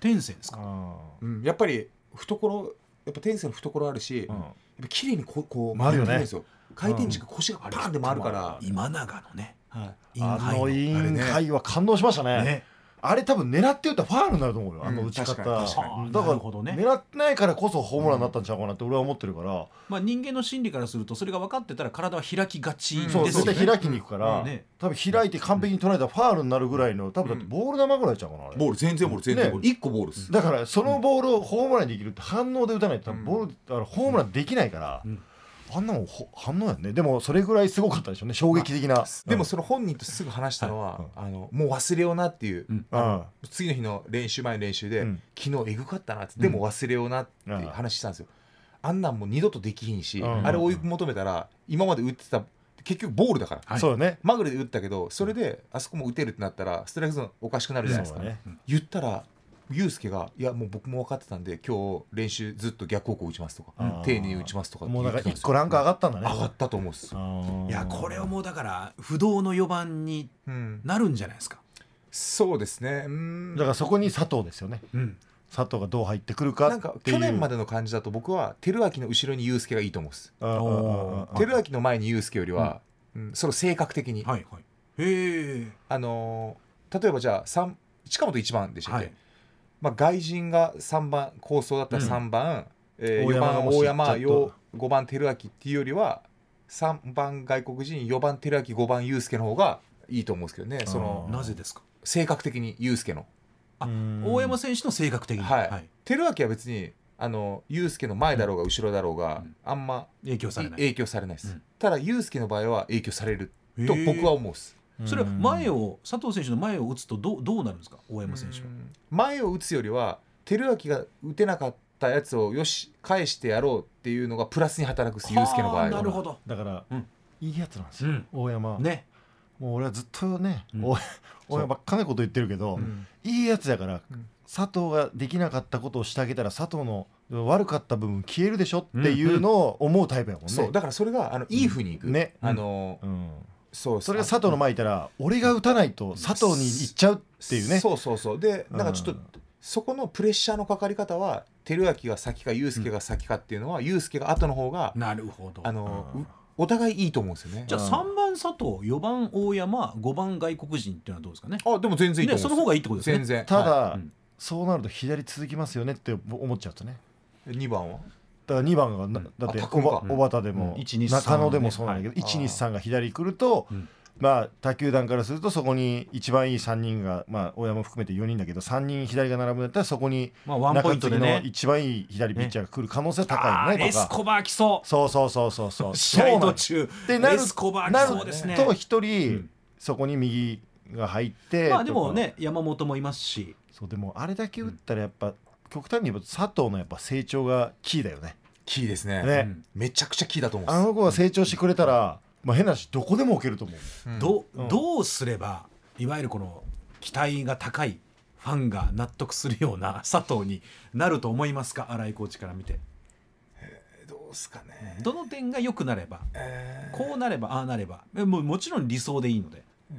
A: 天性ですか
C: あ
B: うん、やっぱり懐やっぱ天性の懐あるし、
C: ーう
B: やっ
C: ん
B: ぱ綺麗にこうこう
C: 回るよね
B: 回ってんですよ回転軸腰がパーンって回るから、
A: 今永のね
B: はい
A: イン
C: あ
A: ハ
C: の
A: イ
C: イ
B: あれ
C: ン
B: ね
C: ハイは感動しました
A: の
C: ね
A: ね
C: あれ多分狙って打ったらファールになると思うよ、あの
B: うん
C: 打ち方。
B: 確かに確か
A: に
C: うんだか
A: な
C: ら、
A: るほどね
C: 狙ってないからこそホームランになったんちゃうかなって俺は思ってるから、
A: まあ、人間の心理からするとそれが分かってたら体は開きがちです
C: そ
A: よ
C: う、
A: ね。
C: 絶対開きに行くから、
A: うんね
C: 多分開いて完璧に捉えたらファールになるぐらいの、多分だってボール球ぐらいちゃうかな、あれ。
B: ボール全然ボール全然ボール、
C: ね
B: 一個ボールです、
C: だから、そのボールをホームランにできるって反応で打たないと、多
B: う
C: 分
B: ん
C: ボール、だからホームランできないから、
A: うん
C: あんなもんほ反応やんね。でも、それぐらいすごかったでしょうね、衝撃的な。
B: でもその本人とすぐ話したのは、あのもう忘れようなっていう、
A: うん
C: うん、
B: 次の日の練習前の練習で、
C: うん
B: 昨日えぐかったなって、でも忘れようなって
C: うん
B: 話したんですよ、あんなんもう二度とできひんし、
C: うん
B: あれ追い求めたら今まで打ってた結局ボールだから、
A: はい
C: そうだね。
B: まぐれで打ったけどそれであそこも打てるってなったらストライクゾーンおかしくなるじゃないです
C: そう
B: か、
C: だね。
B: 言ったらユうスケが「いやもう僕も分かってたんで今日練習ずっと逆方向打ちます」とか
C: う
B: 「
C: ん
B: 丁寧に打ちます」とかって
C: も
B: 言
C: う
B: っ
C: なん
B: てたん
C: か
B: で
C: 一
B: すよ
C: 個ランク上がったんだね。
B: 上がったと思うんです、
A: いやこれはもうだから不動の4番に
B: うん
A: なるんじゃないですか。
B: そうですねうん
C: だからそこに佐藤ですよね。
A: うん、
C: 佐藤がどう入ってくるか
B: なん
C: っ
B: か
C: ていう
B: 去年ま
C: で
B: での感じだと僕は照明の後ろにユースケがいいと思うんです
A: おー
B: 照明の前にユースケよりは、うんその性格的に、
A: はいはいへえ
B: あのー例えばじゃあ三近本1番でしたっけ、
A: はい
B: まあ、外人が3番構想だったら3番、え
C: 大
B: 4
C: 山が
B: 番
C: もし
B: 大山
C: ちょっと
B: 5番照明っていうよりは3番外国人4番照明5番祐介の方がいいと思うんですけどねその
C: うん
A: なぜですか
B: 性格的に祐介の
A: あ大山選手の性格的に
B: はい照明は別にあの祐介の前だろうが後ろだろうが、
A: うん
B: あんま
A: 影響されない
B: 影響されないです、
A: うん
B: ただ祐介の場合は影響される
A: へ
B: と
A: ー
B: 僕は思うっす
A: それは前
C: を
A: を佐藤選手の前を打つとどうどうなるんですか大山選手は
B: うん前を打つよりは照明が打てなかったやつをよし返してやろうっていうのがプラスに働くっす祐介の場合
A: は
B: は
A: あなるほど
C: だから、
A: うん
C: いいやつなんですよ、
A: うん
C: 大山は
A: ね
C: もう俺はずっとね、
A: うん
C: 大大山ばっかなこと言ってるけど、
B: うん
C: いいやつだから、
B: うん
C: 佐藤ができなかったことをしてあげたら佐藤の悪かった部分消えるでしょっていうのを思うタイプやもんね。
B: そうだからそれがあのいいふうにいく、
C: ね
B: あの
C: うん、
B: そう
C: それが佐藤の前いたら俺が打たないと佐藤に行っちゃうっていうね。
B: そうそうそうでなんかちょっと、
C: うん
B: そこのプレッシャーのかかり方は照明が先か祐介が先かっていうのは祐介、が後の方が
A: なるほど
B: あの、
C: うん
B: うお互いいいと思うんですよね
A: じゃあ
C: うん
A: 3番佐藤4番大山5番外国人っていうのはどうですかね
B: あでも全然いいと
A: ね
B: 思
A: そうの方
B: んで
A: がいいってこと
B: す
A: です
B: 全
A: ね
B: 然
C: ただ、
B: は
A: うん
C: そうなると左続きますよねって思っちゃうとね。
B: い、2番は
C: だから2番がな、
A: うん
C: だって
B: あ
C: 小
B: 高岡
C: ば小畑でも
A: うん123
C: 中野でもそうなんだけど、
B: ね
C: 123が左来ると、
A: うん
C: まあ他球団からするとそこに一番いい3人が、まあ、大山含めて4人だけど3人左が並ぶんだったらそこに
A: まあワンポ
C: 中
A: イント
C: 継ぎ
A: で
C: の
A: ね
C: 一番いい左ピッチャーが来る可能性は
A: あ
C: 高い
A: ー
C: よ
A: エ
C: ねと
A: ス
C: か
A: コバー来そ
C: そうそうそうそうそう
A: う
C: そ
A: 試
C: うな
A: 合
C: の
A: 途中
C: でなる
A: エスコバー
C: な
A: 来
C: る
A: そうですね
C: と1人、
A: うん
C: そこに右が入って
A: まあでも
C: とか
A: ね山本もいますし
C: そうでもあれだけ打ったらやっぱ、極端に言えば佐藤のやっぱ成長がキーだよね
B: キーですね
C: ね
B: うんめちゃくちゃキーだと思うん
C: あ
B: で
C: の子が成長してくれたら、まあ、変な話どこでも置けると思う
B: すうん
A: ど
C: うん
A: どうすればいわゆるこの期待が高いファンが納得するような佐藤になると思いますか新井コーチから見て
B: どうすかね
A: どの点が良くなれば
B: えー
A: こうなればああなればえもうもちろん理想でいいので
B: うー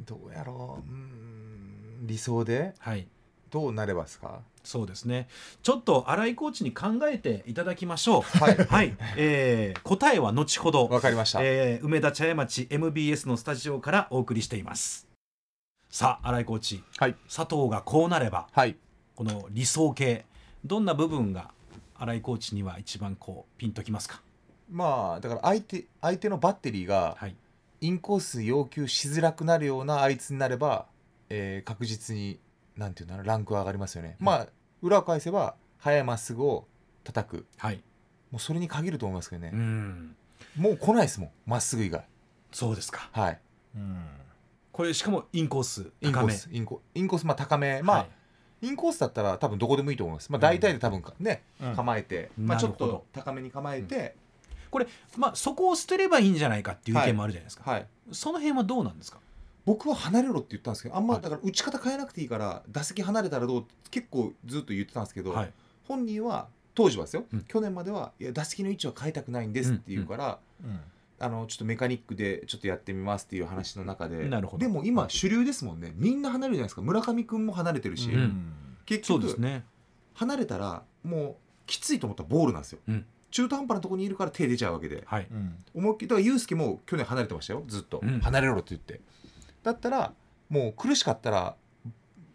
B: んどうやろううーん理想で
A: はい
B: どうなればですか
A: そうですねちょっと新井コーチに考えていただきましょ う
B: はい
A: はい、えー答えは後ほど
B: わかりました、
A: えー梅田茶屋町 MBS のスタジオからお送りしていますさあ新井コーチ
B: はい
A: 佐藤がこうなれば
B: はい
A: この理想形どんな部分が新井コーチには一番こうピンときますか
B: まあだから相手相手のバッテリーが
A: はい
B: インコース要求しづらくなるようなあいつになれば、えー確実になんていうのランクは上がりますよね、
A: うん
B: まあ裏を返せば速いまっすぐを叩く
A: はい
B: もうそれに限ると思いますけどね
A: う、ん
B: もう来ないですもんまっすぐ以外
A: そうですか
B: はい
A: これしかもインコース
B: インコ
A: 高
B: ー
A: め
B: スインコインコースまあ高めまあ、
A: はい
B: インコースだったら多分どこでもいいと思いますまあ大体で多分かね、
C: うん
B: 構えて、ま
A: な
B: あ、ち
A: る
B: ょ
A: ほ
B: っ
A: ど
B: と高めに構えて、
A: これまあそこを捨てればいいんじゃないかっていう意見もあるじゃないですか、
B: はい
A: その辺はどうなんですか
B: 僕は離れろって言ったんですけどあん
A: は
B: ま
A: い
B: だから打ち方変えなくていいから打席離れたらどうって結構ずっと言ってたんですけど、
A: はい
B: 本人は当時はですよ、
A: うん
B: 去年まではいや打席の位置は変えたくないんですっていうから、あのちょっとメカニックでちょっとやってみますっていう話の中で
A: なるほど
B: でも今主流ですもんねみんな離れるじゃないですか村上君も離れてるし、
A: うん
B: 結
A: そう
B: 局
A: ですね
B: 離れたらもうきついと思ったらボールなんですよ、
A: うん
B: 中途半端なところにいるから手出ちゃうわけで
A: はい
B: 思いっきりだから祐介も去年離れてましたよずっと、
A: うん
B: 離れろって言ってだったらもう苦しかったら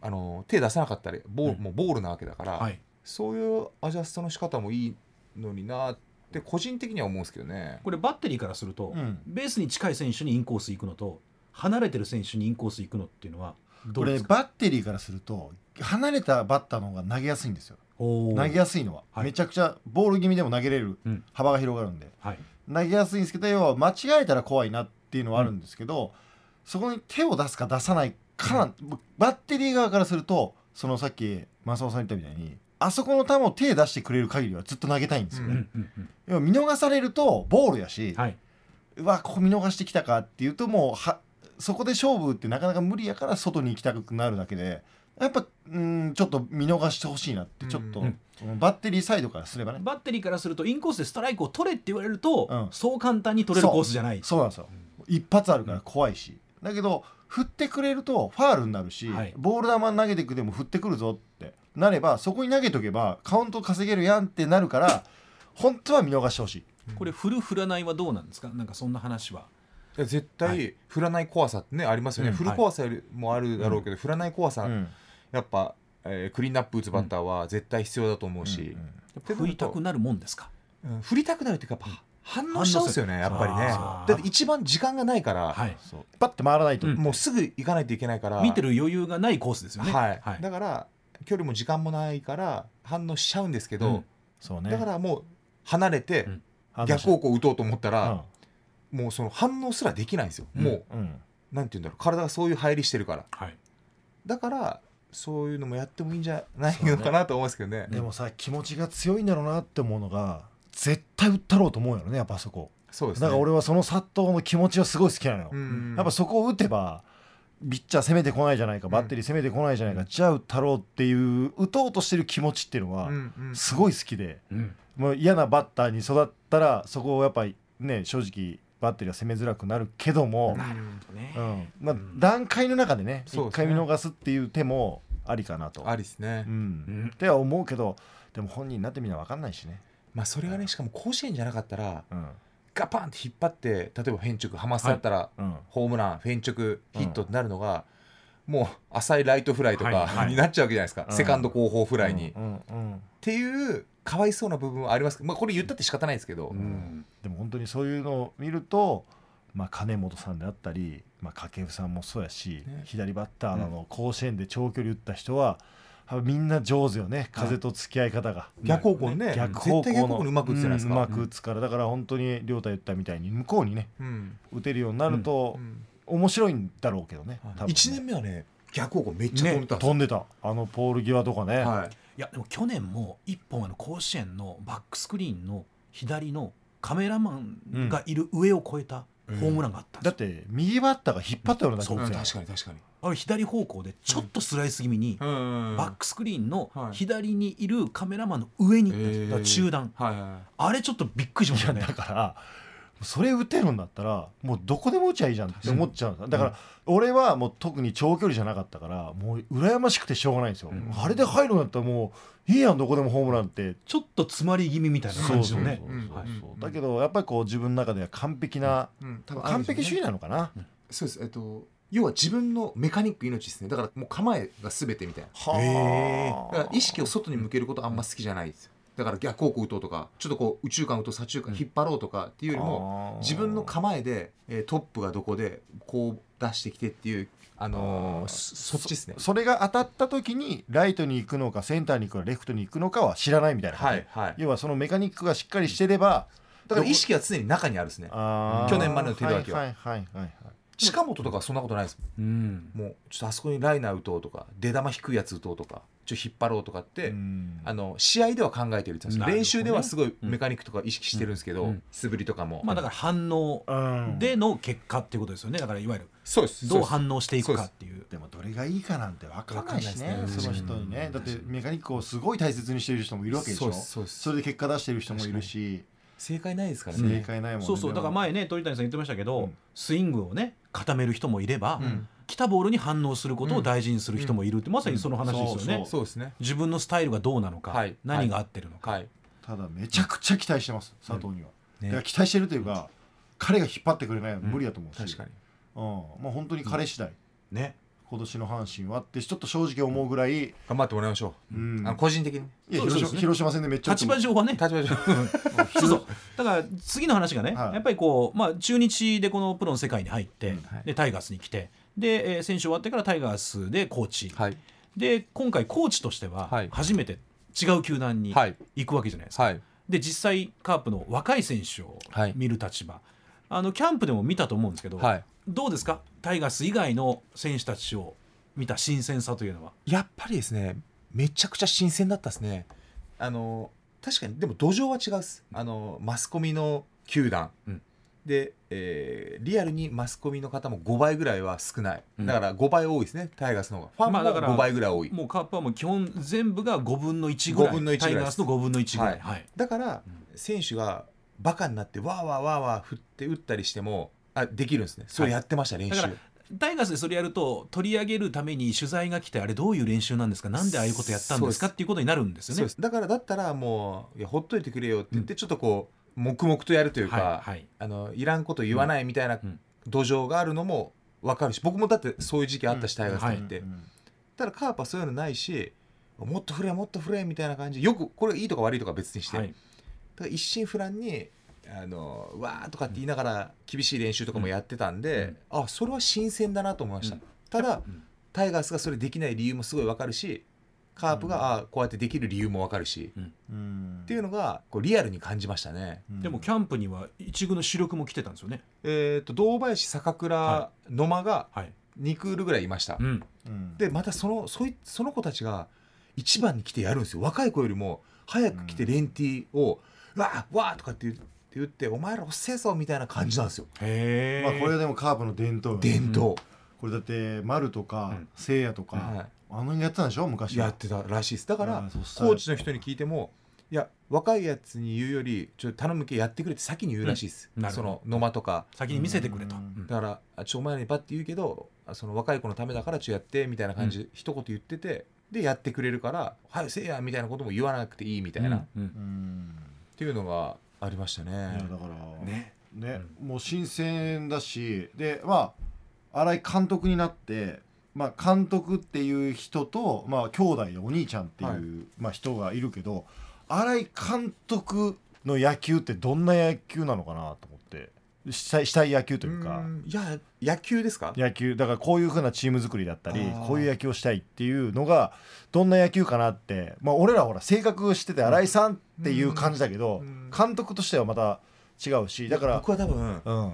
B: あの手出さなかったらボール、
A: うん
B: もうボールなわけだから、
A: はい
B: そういうアジャストの仕方もいいのになって個人的には思うんですけどね
A: これバッテリーからすると、ベースに近い選手にインコース行くのと離れてる選手にインコース行くのっていうのはど
C: こ
A: うで
C: れ
A: すか
C: バッテリーからすると離れたバッターの方が投げやすいんですよ
A: お
C: 投
A: ー
C: げやすいのは、
A: はい
C: めちゃくちゃボール気味でも投げれる
A: うん
C: 幅が広がるんで、
A: はい
C: 投げやすいんですけど要は間違えたら怖いなっていうのはあるんですけど、そこに手を出すか出さないかな、バッテリー側からするとそのさっき正雄さん言ったみたいにあそこの球を手出してくれる限りはずっと投げたいんですよ
A: う
C: ね、
A: んうんうん
C: 要は見逃されるとボールやし、
A: はいう
C: わここ見逃してきたかっていうともうはそこで勝負ってなかなか無理やから外に行きたくなるだけでやっぱうんちょっと見逃してほしいなってちょっと、
B: うん
C: バッテリーサイドからすればね
A: バッテリーからするとインコースでストライクを取れって言われると、
C: うん
A: そう簡単に取れるコースじゃない
C: そうなんですよ一発あるから怖いし、だけど振ってくれるとファールになるし、
A: はい
C: ボール球投げてくでも振ってくるぞってなればそこに投げとけばカウント稼げるやんってなるから本当は見逃してほしい
A: これ振る振らないはどうなんですかなんかそんな話は
B: 絶対振らない怖さってねありますよね、
C: うん
B: 振る怖さよりもあるだろうけど、振らない怖さ、
C: うん
B: やっぱ、えークリーンアップ打つバッターは絶対必要だと思うし、
C: うんうん
B: で
A: 振りたくなるもんですか
B: うん振りたくなるっていうかやっぱ反応しちゃうんですよねやっぱりね
A: あー
B: だって一番時間がないから、
A: はい
C: そうパッて回らないと、
A: うん
B: もうすぐ行かないといけないから
A: 見てる余裕がないコースですよね
B: はいだから距離も時間もないから反応しちゃうんですけど、
C: そうね
B: だからもう離れて
A: うん
B: 逆方向打とうと思った
C: 向
B: ら、もうその反応すらできないんですよ、
A: うん
B: もう
C: うん、うん
B: なんて言うんだろう体がそういう入りしてるから
A: はい
B: だからそういうのもやってもいいんじゃないのかなと思うんですけどね
C: でもさ気持ちが強いんだろうなって思うのが絶対打ったろうと思うよねやっぱそこ
B: そうで
C: だ
B: すね
C: から俺はその殺到の気持ちはすごい好きなのよ、
B: うん
C: やっぱそこを打てばピッチャー攻めてこないじゃないかバッテリー攻めてこないじゃないか、じゃあ打ったろうっていう打とうとしてる気持ちっていうのは
B: うんうん
C: すごい好きで、
A: うん
C: もう嫌なバッターに育ったらそこをやっぱりね正直バッテリーは攻めづらくなるけども、
B: なる
A: ね
C: うんまあ
A: うん、
C: 段階の中でね一
B: そうですね
C: 回見逃すっていう手もありかなと。
B: ありですね、
C: うん
A: うん
C: っては思うけどでも本人になってみな分かんないしね、
B: まあそれがねしかも甲子園じゃなかったら
C: うん
B: ガパンって引っ張って例えばフェンチョクハマスだったら、
C: うん、
B: ホームランフェンチョクヒットってなるのが、もう浅いライトフライとか、
A: はいはい
B: になっちゃうわけじゃないですか、
C: うん
B: セカンド後方フライに、
C: う
B: っ
C: んうん
B: ていうかわいそうな部分はありますけど、まあ、これ言ったって仕方ないですけど、
C: うんでも本当にそういうのを見ると、まあ、金本さんであったり、まあ、掛布さんもそうやし、
B: ね
C: 左バッターなの甲子園で長距離打った人は、やっぱみんな上手よね風と付き合い方が。
B: 逆方向にね
C: 逆方
B: 絶対
C: 向
B: 逆方
C: の
B: 向にうまく打つじゃないです
C: うんう
B: か
C: ま、く打つからだから本当に亮太言ったみたいに向こうにね
B: うん
C: 打てるようになると面白いんだろうけどね多分ね
B: 1年目はね逆方向めっちゃ飛んでたんですよ
C: 飛んでたあのポール際とかね、
B: はい
A: いやでも去年も一本あの甲子園のバックスクリーンの左のカメラマンがいる上を越えたホームランがあったんです
C: だ
A: よ
C: って右バッターが引っ張ったような打球
B: うん
C: です
B: 確
C: よ
B: かに確かに、
A: あれ左方向でちょっとスライス気味にバックスクリーンの
B: はい
A: 左にいるカメラマンの上に行ったんですよ
B: へー
A: だから中段
B: はいはいはい
A: あれちょっとびっくりしました
C: いや
A: ね
C: だからそれ打てるんだったらもうどこでも打ちゃいいじゃんって思っちゃうんですだから俺はもう特に長距離じゃなかったからもう羨ましくてしょうがないんですよ、
B: うん
C: あれで入るんだったらもういいやんどこでもホームランって
A: ちょっと詰まり気味みたいな感じのね
C: そうそうそうそう
B: うん
C: だけどやっぱりこう自分の中では完璧な、
B: うん
C: 多分完璧主義
B: な
C: なのかな、
B: そうですえっと要は自分のメカニック命ですねだからもう構えが全てみたいな
C: は
B: だから意識を外に向けることあんま好きじゃないですよだから逆方向打とうとかちょっとこう宇宙間打とう左中間引っ張ろうとかっていうよりも
C: も
B: 自分の構えで、えートップがどこでこう出してきてっていうあのー
C: あー
B: そそっちですね
C: それが当たった時にライトに行くのかセンターに行くのかレフトに行くのかは知らないみたいな感
B: は
C: じ、
B: いはい
C: 要はそのメカニックがしっかりしてれば、
B: だから意識は常に中にあるですね
C: あー
B: 去年までの手だけは
C: はいはいはいはいはい
B: 近本とかはそんなことないです
A: うん
B: もうちょっとあそこにライナー打とうとか出玉低いやつ打とうとかちょっと引っ張ろうとかって、
C: うん
B: あの試合では考えてるって言ってたんで
A: なる
B: すよ
A: ほどね
B: 練習ではすごいメカニックとか意識してるんですけど、
A: うんうん
B: 素振りとかも、
A: まあだから反応
C: うん
A: での結果っていうことですよねだからいわゆる
B: そうです
A: どう反応していくかっていう
C: でもどれがいいかなんて分かんないしね
B: わかんないですね
C: その人にね
B: うん
C: だってメカニックをすごい大切にしている人もいるわけでし
B: そう
C: ょ
B: です
C: そ
B: そうです
C: れで結果出してる人もいるし
B: 正解ないですからね、
C: 正解ないもんね
A: そうそうだから前ね鳥谷さん言ってましたけど、
C: うん
A: スイングをね固める人もいれば、
B: うん
A: 来たボールに反応することを大事にする人もいるって、まさにその話ですよね、
C: うん
B: そうですね
A: 自分のスタイルがどうなのか、
B: はい
A: 何が合ってるのか、
B: はい
C: ただめちゃくちゃ期待してます佐藤には、
B: ね
C: だから期待してるというか彼が引っ張ってくれないのは無理だと思うし、
B: 確かに
C: うんまあ本当に彼次第、
A: ね
C: 今年の阪神はってちょっと正直思うぐらい、
B: 頑張ってもらいましょ
C: う
B: う、
C: ん
B: あの個人的に
C: いや
A: そうです
C: 広島
A: そうですね
C: 広島戦でめっちゃ打って
A: 立場上はね
B: 立場上
A: そうそうだから次の話がね、
C: はい
A: やっぱりこう、まあ、中日でこのプロの世界に入って、
C: うん
B: はい
A: でタイガースに来てで、えー選手終わってからタイガースでコーチ、
B: はい
A: で今回コーチとしては
B: はい
A: 初めて違う球団に
B: はい
A: 行くわけじゃないですか、
B: はい
A: で実際カープの若い選手を
B: はい
A: 見る立場、あのキャンプでも見たと思うんですけど、
B: はい
A: どうですかタイガース以外の選手たちを見た新鮮さというのは。
B: やっぱりですねめちゃくちゃ新鮮だったですねあの確かにでも土壌は違うっすあのマスコミの球団、
A: うん
B: で、えーリアルにマスコミの方も5倍ぐらいは少ない
A: うん
B: だから5倍多いですねタイガースの方がファン
A: まあだから
B: も5倍ぐらい多い、
A: もうカープはもう基本全部が5分の1ぐらい
B: 5分の1ぐら
A: タ
B: い
A: イ
B: です
A: ガースの5分の1ぐらい、はい
B: だから
A: う
B: 選手がバカになってわーわーわーわー振って打ったりしてもあできるんですねそれやってました、練
A: だ
B: 習
A: からタイガースでそれやると取り上げるために取材が来てあれどういう練習なんですかなんでああいうことやったんですか
B: そうです
A: っていうことになるんですよ
B: そ
A: ね
B: うで。すだからだったらもういやほっといてくれよって言ってちょっとこう黙々とやるというか、
A: はいはい
B: あのいらんこと言わないみたいな
A: うん
B: 土壌があるのも分かるし僕もだってそういう時期あったし、タイガースだっ
C: う
B: て、
C: ん
B: ただカーパそういうのないしもっと振れもっと振れみたいな感じよくこれいいとか悪いとか別にして、
A: はい
B: だから一心不乱にあのうわーとかって言いながら厳しい練習とかもやってたんで、あそれは新鮮だなと思いました、
A: うん
B: ただ、
A: うん
B: タイガースがそれできない理由もすごい分かるしカープが、
C: うん
B: ああこうやってできる理由も分かるし、
C: うん
B: っていうのがこうリアルに感じましたね。
C: うん
A: でもキャンプには一軍の主力も来てたんですよね。
B: えー、と堂林坂倉、
A: は
B: 野間が
A: はい。
B: 2クールぐらいいました、
A: うん。
C: うん
B: でまたそのそいその子たちが一番に来てやるんですよ若い子よりも早く来て
C: うん
B: レンティーを「うわーわー」とかって言って言って「お前らおっせえぞ」みたいな感じなんですよ
A: へえ。
C: まあこれはでもカープの伝統よね
B: 伝統、
C: これだって丸と
A: う
C: か
A: ん
C: 聖夜とか
B: は
C: あの辺やってたんでしょ昔
B: い、やってたらしいですだから、
C: うんそうしたら
B: コーチの人に聞いてもいや若いやつに言うよりちょっと頼むけやってくれって先に言うらしいです、
A: うんなるほ
B: そ
A: ど
B: の野間とか
A: 先に見せてくれと。
C: うん
A: うん
B: だからあ「ちょお前らにバッて言うけどあその若い子のためだからちょやって」みたいな感じで一言言ってて、でやってくれるから「はいせいや」みたいなことも言わなくていいみたいな、っ
A: うん
C: うん
B: ていうのがありましたね。
C: いやだから
A: うんね。
C: ね、もう新鮮だしでまあ新井監督になって、まあ、監督っていう人と、まあ兄弟でお兄ちゃんっていう、
B: はい
C: まあ、人がいるけど新井監督の野球ってどんな野球なのかなと思ってしたいしたい野球というか。
B: うんいや野球ですか
C: 野球だからこういうふうなチーム作りだったり
B: あー
C: こういう野球をしたいっていうのがどんな野球かなって、まあ、俺らほら性格してて新井さんっていう感じだけど、
B: うん
C: 監督としてはまた違うしだから、
B: 僕は多分
C: うん、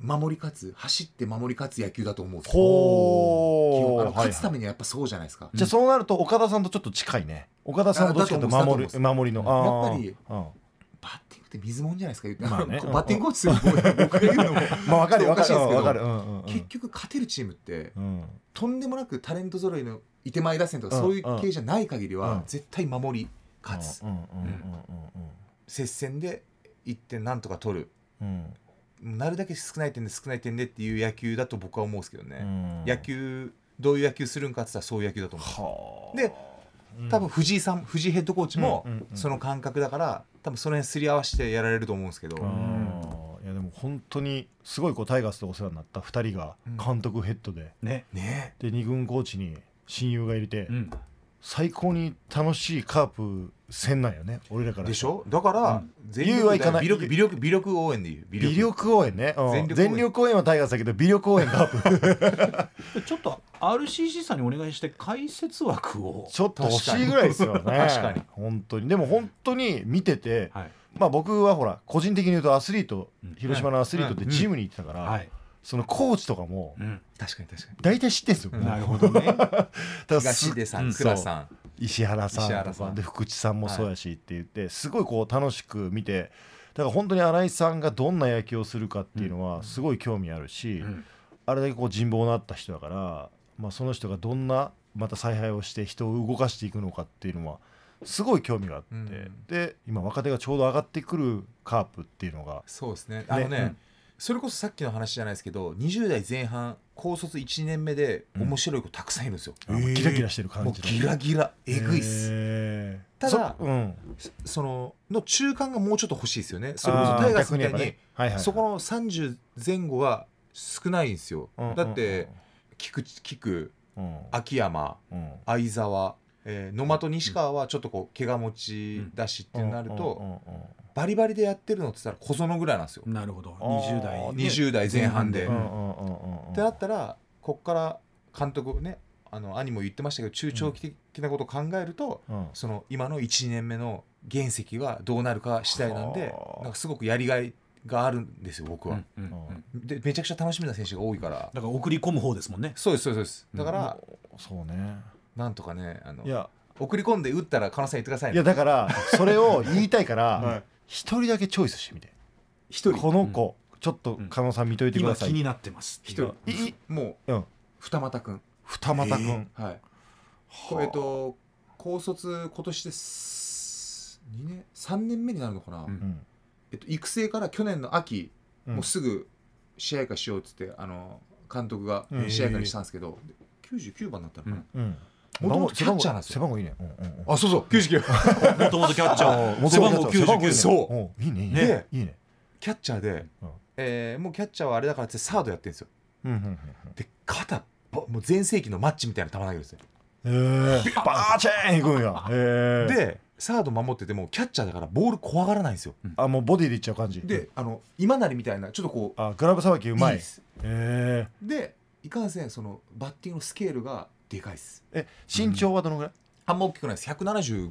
B: 守り勝つ走って守り勝つ野球だと思うんですよ
C: ほ
B: 基
C: う
B: 本あの勝つた
C: はいはい
B: めにはやっぱそうじゃないですか、
C: じゃあそうなると岡田さんとちょっと近いね岡田さんはどっちかというと
B: あだと思
C: 守
B: いま
C: る
B: す
C: 守りのあ
B: やっ
C: ー
B: ぱり
C: うん
B: バッティングって水もんじゃないですか言って、
C: まあね
B: こう バッティングコーチする僕が言うのも
C: まあわかる
B: ちょっとお
C: わか
B: かしい
C: る
B: ですけど
C: わかるうんうんうん
B: 結局勝てるチームって
C: うん
B: とんでもなくタレント揃いのいてまい打線とか
C: うん
B: そういう系じゃない限り
C: うん
B: は絶対守り勝つ、
C: うんうんうん
B: 接戦で1点なんとか取る
C: うんうん
B: なるだけ少ない点で少ない点でっていう野球だと僕は思うんですけどね、
C: うん
B: 野球どういう野球するんかって言ったらそういう野球だと思う
C: はあ
B: で
C: うん
B: 多分藤井さん藤井ヘッドコーチも
C: うんうんうん
B: その感覚だから多分その辺すり合わせてやられると思うんですけど、
C: あーいやでも本当にすごいこうタイガースでお世話になった2人が
B: うん
C: 監督ヘッドで、
A: ね。
B: ね
C: で2軍コーチに親友が入れて、
A: うん。
C: 最高に楽しいカープ戦なんよね俺らから
B: でしょだから
A: うん
B: 全
C: 言うはい
B: 力
C: かな
B: で微
C: い
B: 力微力微力応援で言う微
C: 微力応援ね、うん
B: 全力応援
C: 全力応援はタイガースだけど微力応援カープ
A: ちょっと RCC さんにお願いして解説枠を。
C: ちょっと欲しいぐらいですよね。
B: 確かに
C: 本当に。でも本当に見てて、
A: はい。
C: まあ僕はほら、個人的に言うとアスリート
A: うん、
C: 広島のアスリートで
A: うん
C: ジムに行ってたから、
A: はい。
C: そのコーチとかも、
A: うん。
B: 確かに確かに
C: 大体知ってんですよ。
B: うん
A: な
C: だ
A: るほどね。
C: からす
B: 東出さ
A: うん
B: ん倉さん
C: 石原さん
B: 石
C: と
B: 原
C: か
B: さん
C: で福地さんもそうやしって言って、すごいこう楽しく見てだから本当に新井さんがどんな野球をするかっていうのはすごい興味あるし、
A: うん
C: あれだけこう人望のあった人だから、まあ、その人がどんなまた采配をして人を動かしていくのかっていうのはすごい興味があって、
B: うん
C: で今若手がちょうど上がってくるカープっていうのが
B: そうですねあのね、
A: うん
B: それこそさっきの話じゃないですけど20代前半高卒1年目で面白い子たくさんいるんですよ、
C: あのギラギラしてる感
B: もう
C: じの
B: ギラギラえぐいっす、
C: へー
B: ただ
C: そうん、
B: そのの中間がもうちょっと欲しいですよねそれこそ
C: あー
B: タイガースみたい
C: 逆
B: に
C: やっぱねはいはいはい
B: そこの30前後は少ないんですよ、
C: うんうんうん
B: だって菊池菊
C: うん
B: 秋山
C: うん
B: 相澤、えー野間と西川はちょっとこう怪我持ちだしってなると、
C: うんうんうんうん
B: バリバリでやってるのって言ったら小園ぐらいなんですよ、
A: なるほど。
C: あー
A: 20代ね。
B: 20代前半で、
A: う
C: うん
A: ん
C: うんうんうんうん
B: ってなったらこっから監督ねあの兄も言ってましたけど中長期的なことを考えると、
C: うん
B: その今の1年目の原石がどうなるか次第なんで
C: はあ
B: なんかすごくやりがいがあるんですよ僕
A: う
B: は
A: ん、うんうん
B: でめちゃくちゃ楽しみな選手が多いから
A: だから送り込む方ですもんね。
B: そうですそうですそうですだから、
C: そうね
B: なんとかねあの
C: いや
B: 送り込んで打ったら狩野さん言ってください
C: いや
B: ね
C: だからそれを言いたいか
B: は
C: ら
B: い
C: 一人だけチョイスしてみて
B: 一人
C: この子ちょっと狩野さん見といてく
A: 今
C: ださ
A: 気
C: い
A: になってます。
B: 一人
C: いい
B: もう、
C: うん
B: 二股くん
C: 二股くん
B: はいこえっと高卒今年です2年3年目になるのかな、
A: うん
C: うん
B: えっと、育成から去年の秋、
C: うん
B: もうすぐ試合化しようっつってあの監督が
C: うん
B: 試合からにしたんですけど、99番だったのかな、
A: うん
C: うん
B: 元々キャッチャーなんですよ
C: 背番号いいね。うんうんうん
B: あそうそう99
A: もともとキャッチャー
C: 元
A: 背
C: 々
A: 番号
C: キャッチャー
A: 99
B: そう
C: おいいね。いいね
B: ね。
C: いいね。
B: キャッチャーで、
C: うん
B: えーもうキャッチャーはあれだからってサードやってるんですよ
C: うんうん
B: で肩ぼもう全盛期のマッチみたいな球投げるんですよ、
C: うんうん。ええ。バーチェーン行くんや。ええ。で、
B: でサード守っててもキャッチャーだからボール怖がらないんですよ
C: あもうボディでいっちゃう感じ。
B: で、あの今成みたいなちょっとこう
C: あグラブさばきう
B: い
C: ま
B: い
C: い
B: っ。す
C: え
B: でいかんせんそのバッティングのスケールがでかいです
C: え。え身長はどのぐらい？
B: あんま大きくないです170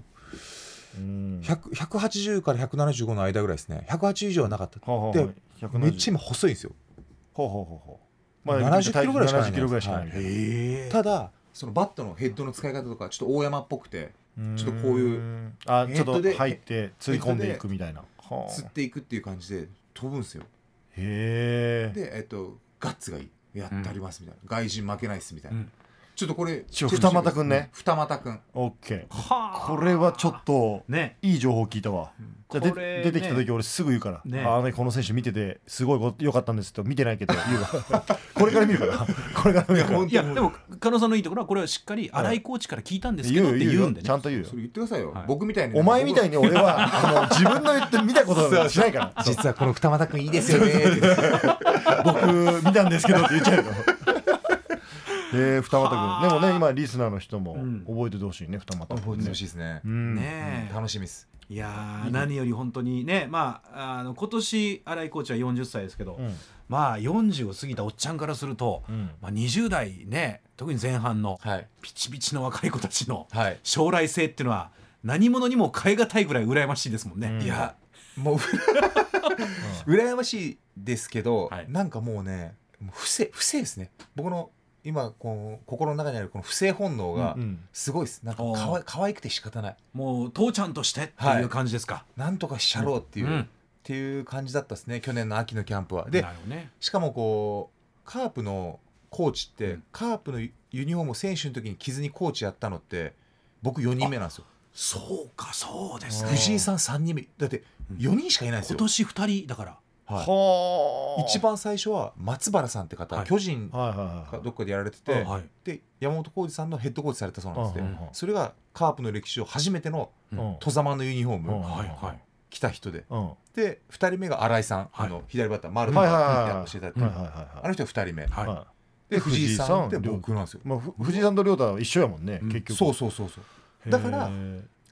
C: うん
B: 100 180から175の間ぐらいですね180以上はなかった
C: ほうほうほ
B: で
C: う170
B: めっちゃ今細いんですよ
C: ほうほうほうほう。
B: 70キロぐらいしかない
C: 70キロぐらいしかない
B: は
C: み
B: い
C: たいな。
A: え
B: ただそのバットのヘッドの使い方とかちょっと大山っぽくて
C: うん
B: ちょっとこういう
C: あ
B: ヘ
C: ち
B: ッ
C: ょっ
B: ド
C: と
B: で
C: 入ってつり込んでいくみたいな。はあ
B: 釣っていくっていう感じで飛ぶんですよ
C: へえ。
B: でえっとガッツがいいやってありますみたいな、外人負けないっすみたいな、
A: うん
B: ちょっとこれ
C: ちょ二股くんね
B: 二股くん
C: オッケー。
A: は
C: これはちょっと
A: ね
C: いい情報聞いたわ。じゃあ
A: これ
C: で
A: ね
C: 出てきた時俺すぐ言うから「
A: ね
C: ああねこの選手見ててすごいこと良かったんです」と見てないけど言うわ これから見るから これから見るから
B: いやほん
A: いやでも加納さんのいいところはこれはしっかり新井コーチから聞いたんですけどって言うんで
C: ちゃ
A: ね
C: んと言うよ
B: それ言ってくださいよ、
A: はい
B: 僕みたいに
C: お前みたい
B: に
C: に俺はあの自分の言って見たことなんてしないから
B: 実はこの二股くんいいです よねって
C: 僕見たんですけどって言っちゃうよ えー、二股君でもね今リスナーの人も
A: うん
C: 覚えててほしいね二股
B: 覚え
C: 君
B: て
C: ね
B: ほしいですね、
C: うん
A: ねえ
B: 楽しみです
A: いやー何より本当にねまああの今年新井コーチは40歳ですけど、
C: うん
A: まあ40を過ぎたおっちゃんからすると、
C: うん
A: まあ、20代ね特に前半の
B: はい
A: ピチピチの若い子たちの
B: はい
A: 将来性っていうのは何者にも代え難いぐらい羨ましいですもんね。
C: うん
B: いやもう 羨ましいですけど、
A: はい
B: なんかもうねもう不正不正ですね僕の今こう心の中にあるこの不正本能が
C: うん
B: すごいですなんか
A: おー
B: かわい可愛くて仕方ない
A: もう父ちゃんとしてっていう感じですか。
B: なんとかしちゃろうっていう、
A: うん
B: っていう感じだったですね去年の秋のキャンプはで
A: なるほどね。
B: しかもこうカープのコーチって、
A: うん
B: カープのユユニフォームを選手の時に傷にコーチやったのって僕4人目なんですよ
A: そうかそうです
C: あ
A: か。
B: 藤井さん3人目だって
A: うん
B: 4人しかいないんです
A: 今
B: よ、
A: 年二人だから。
B: はい
C: はあ
B: 一番最初は松原さんって方、
A: はい
B: 巨人
C: はいはい
B: か
C: はい
B: どっかでやられてて、
A: はい。
B: で山本浩二さんのヘッドコーチされたそうなんですね、
C: うんうんうん
B: それがカープの歴史上初めての
A: うん
C: うん
B: 戸様のユニフォーム、
C: うん
A: はいはい。
B: 来た人で
C: うんは
B: で2人目が新井さん、
A: はい
B: あの左バッター丸
C: い
B: の
C: はい
B: や
C: は
B: 教え
C: い
B: ていただい
C: はい
B: て、
C: はいはい
B: あの人が2人目
A: はい。
C: は
B: で藤井さんって
C: 藤井さん
B: 僕なんですよ
C: い、まあ、ふ藤井さんと亮太は一緒やもんね、
A: うん
C: 結局
B: そうそうそうそう
C: へー
B: だから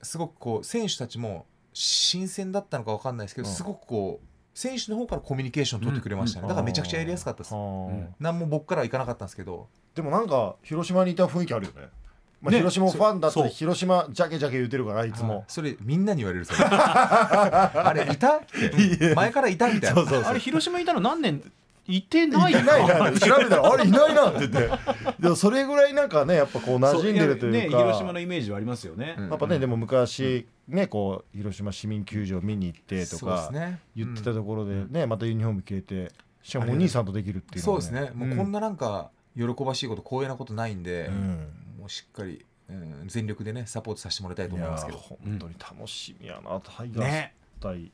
B: すごくこう選手たちも新鮮だったのか分かんないですけど、
C: うん
B: すごくこう選手の方からコミュニケーション取ってくれましたね、
A: うん
B: だからめちゃくちゃやりやすかったです、
C: はあ
A: ん
B: 何も僕からはいかなかったんですけど
C: でもなんか広島にいた雰囲気あるよね,、まあ、
A: ね
C: 広島ファンだっ
A: そう
C: て広島ジャケジャケ言ってるからいつも、
B: それみんなに言われるそれあれいたって前からいたみたいな
A: あれ広島にいたの何年いて
C: いな
A: ないい。
C: な調べたらあれいないなって言ってでもそれぐらいなんかねやっぱこう馴染んでると
A: ね
C: いうか
A: 広島のイメージはありますよね。
B: うん
C: やっぱねでも昔ねこう広島市民球場見に行ってと
B: そうで
C: か
B: すね
C: 言ってた
B: うん
C: ところでねまたユニフォーム着れてしかもお兄さんとできるっていうの
B: そう
C: は
B: ですねもうこんななんか喜ばしいこと光栄なことないんで、
C: うん
B: もうしっかり、うん、全力でねサポートさせてもらいたいと
C: い
B: 思い
C: や
B: ますけ
C: ー
B: ど
C: 本当に楽しみやなタイガース
A: ね。
C: 対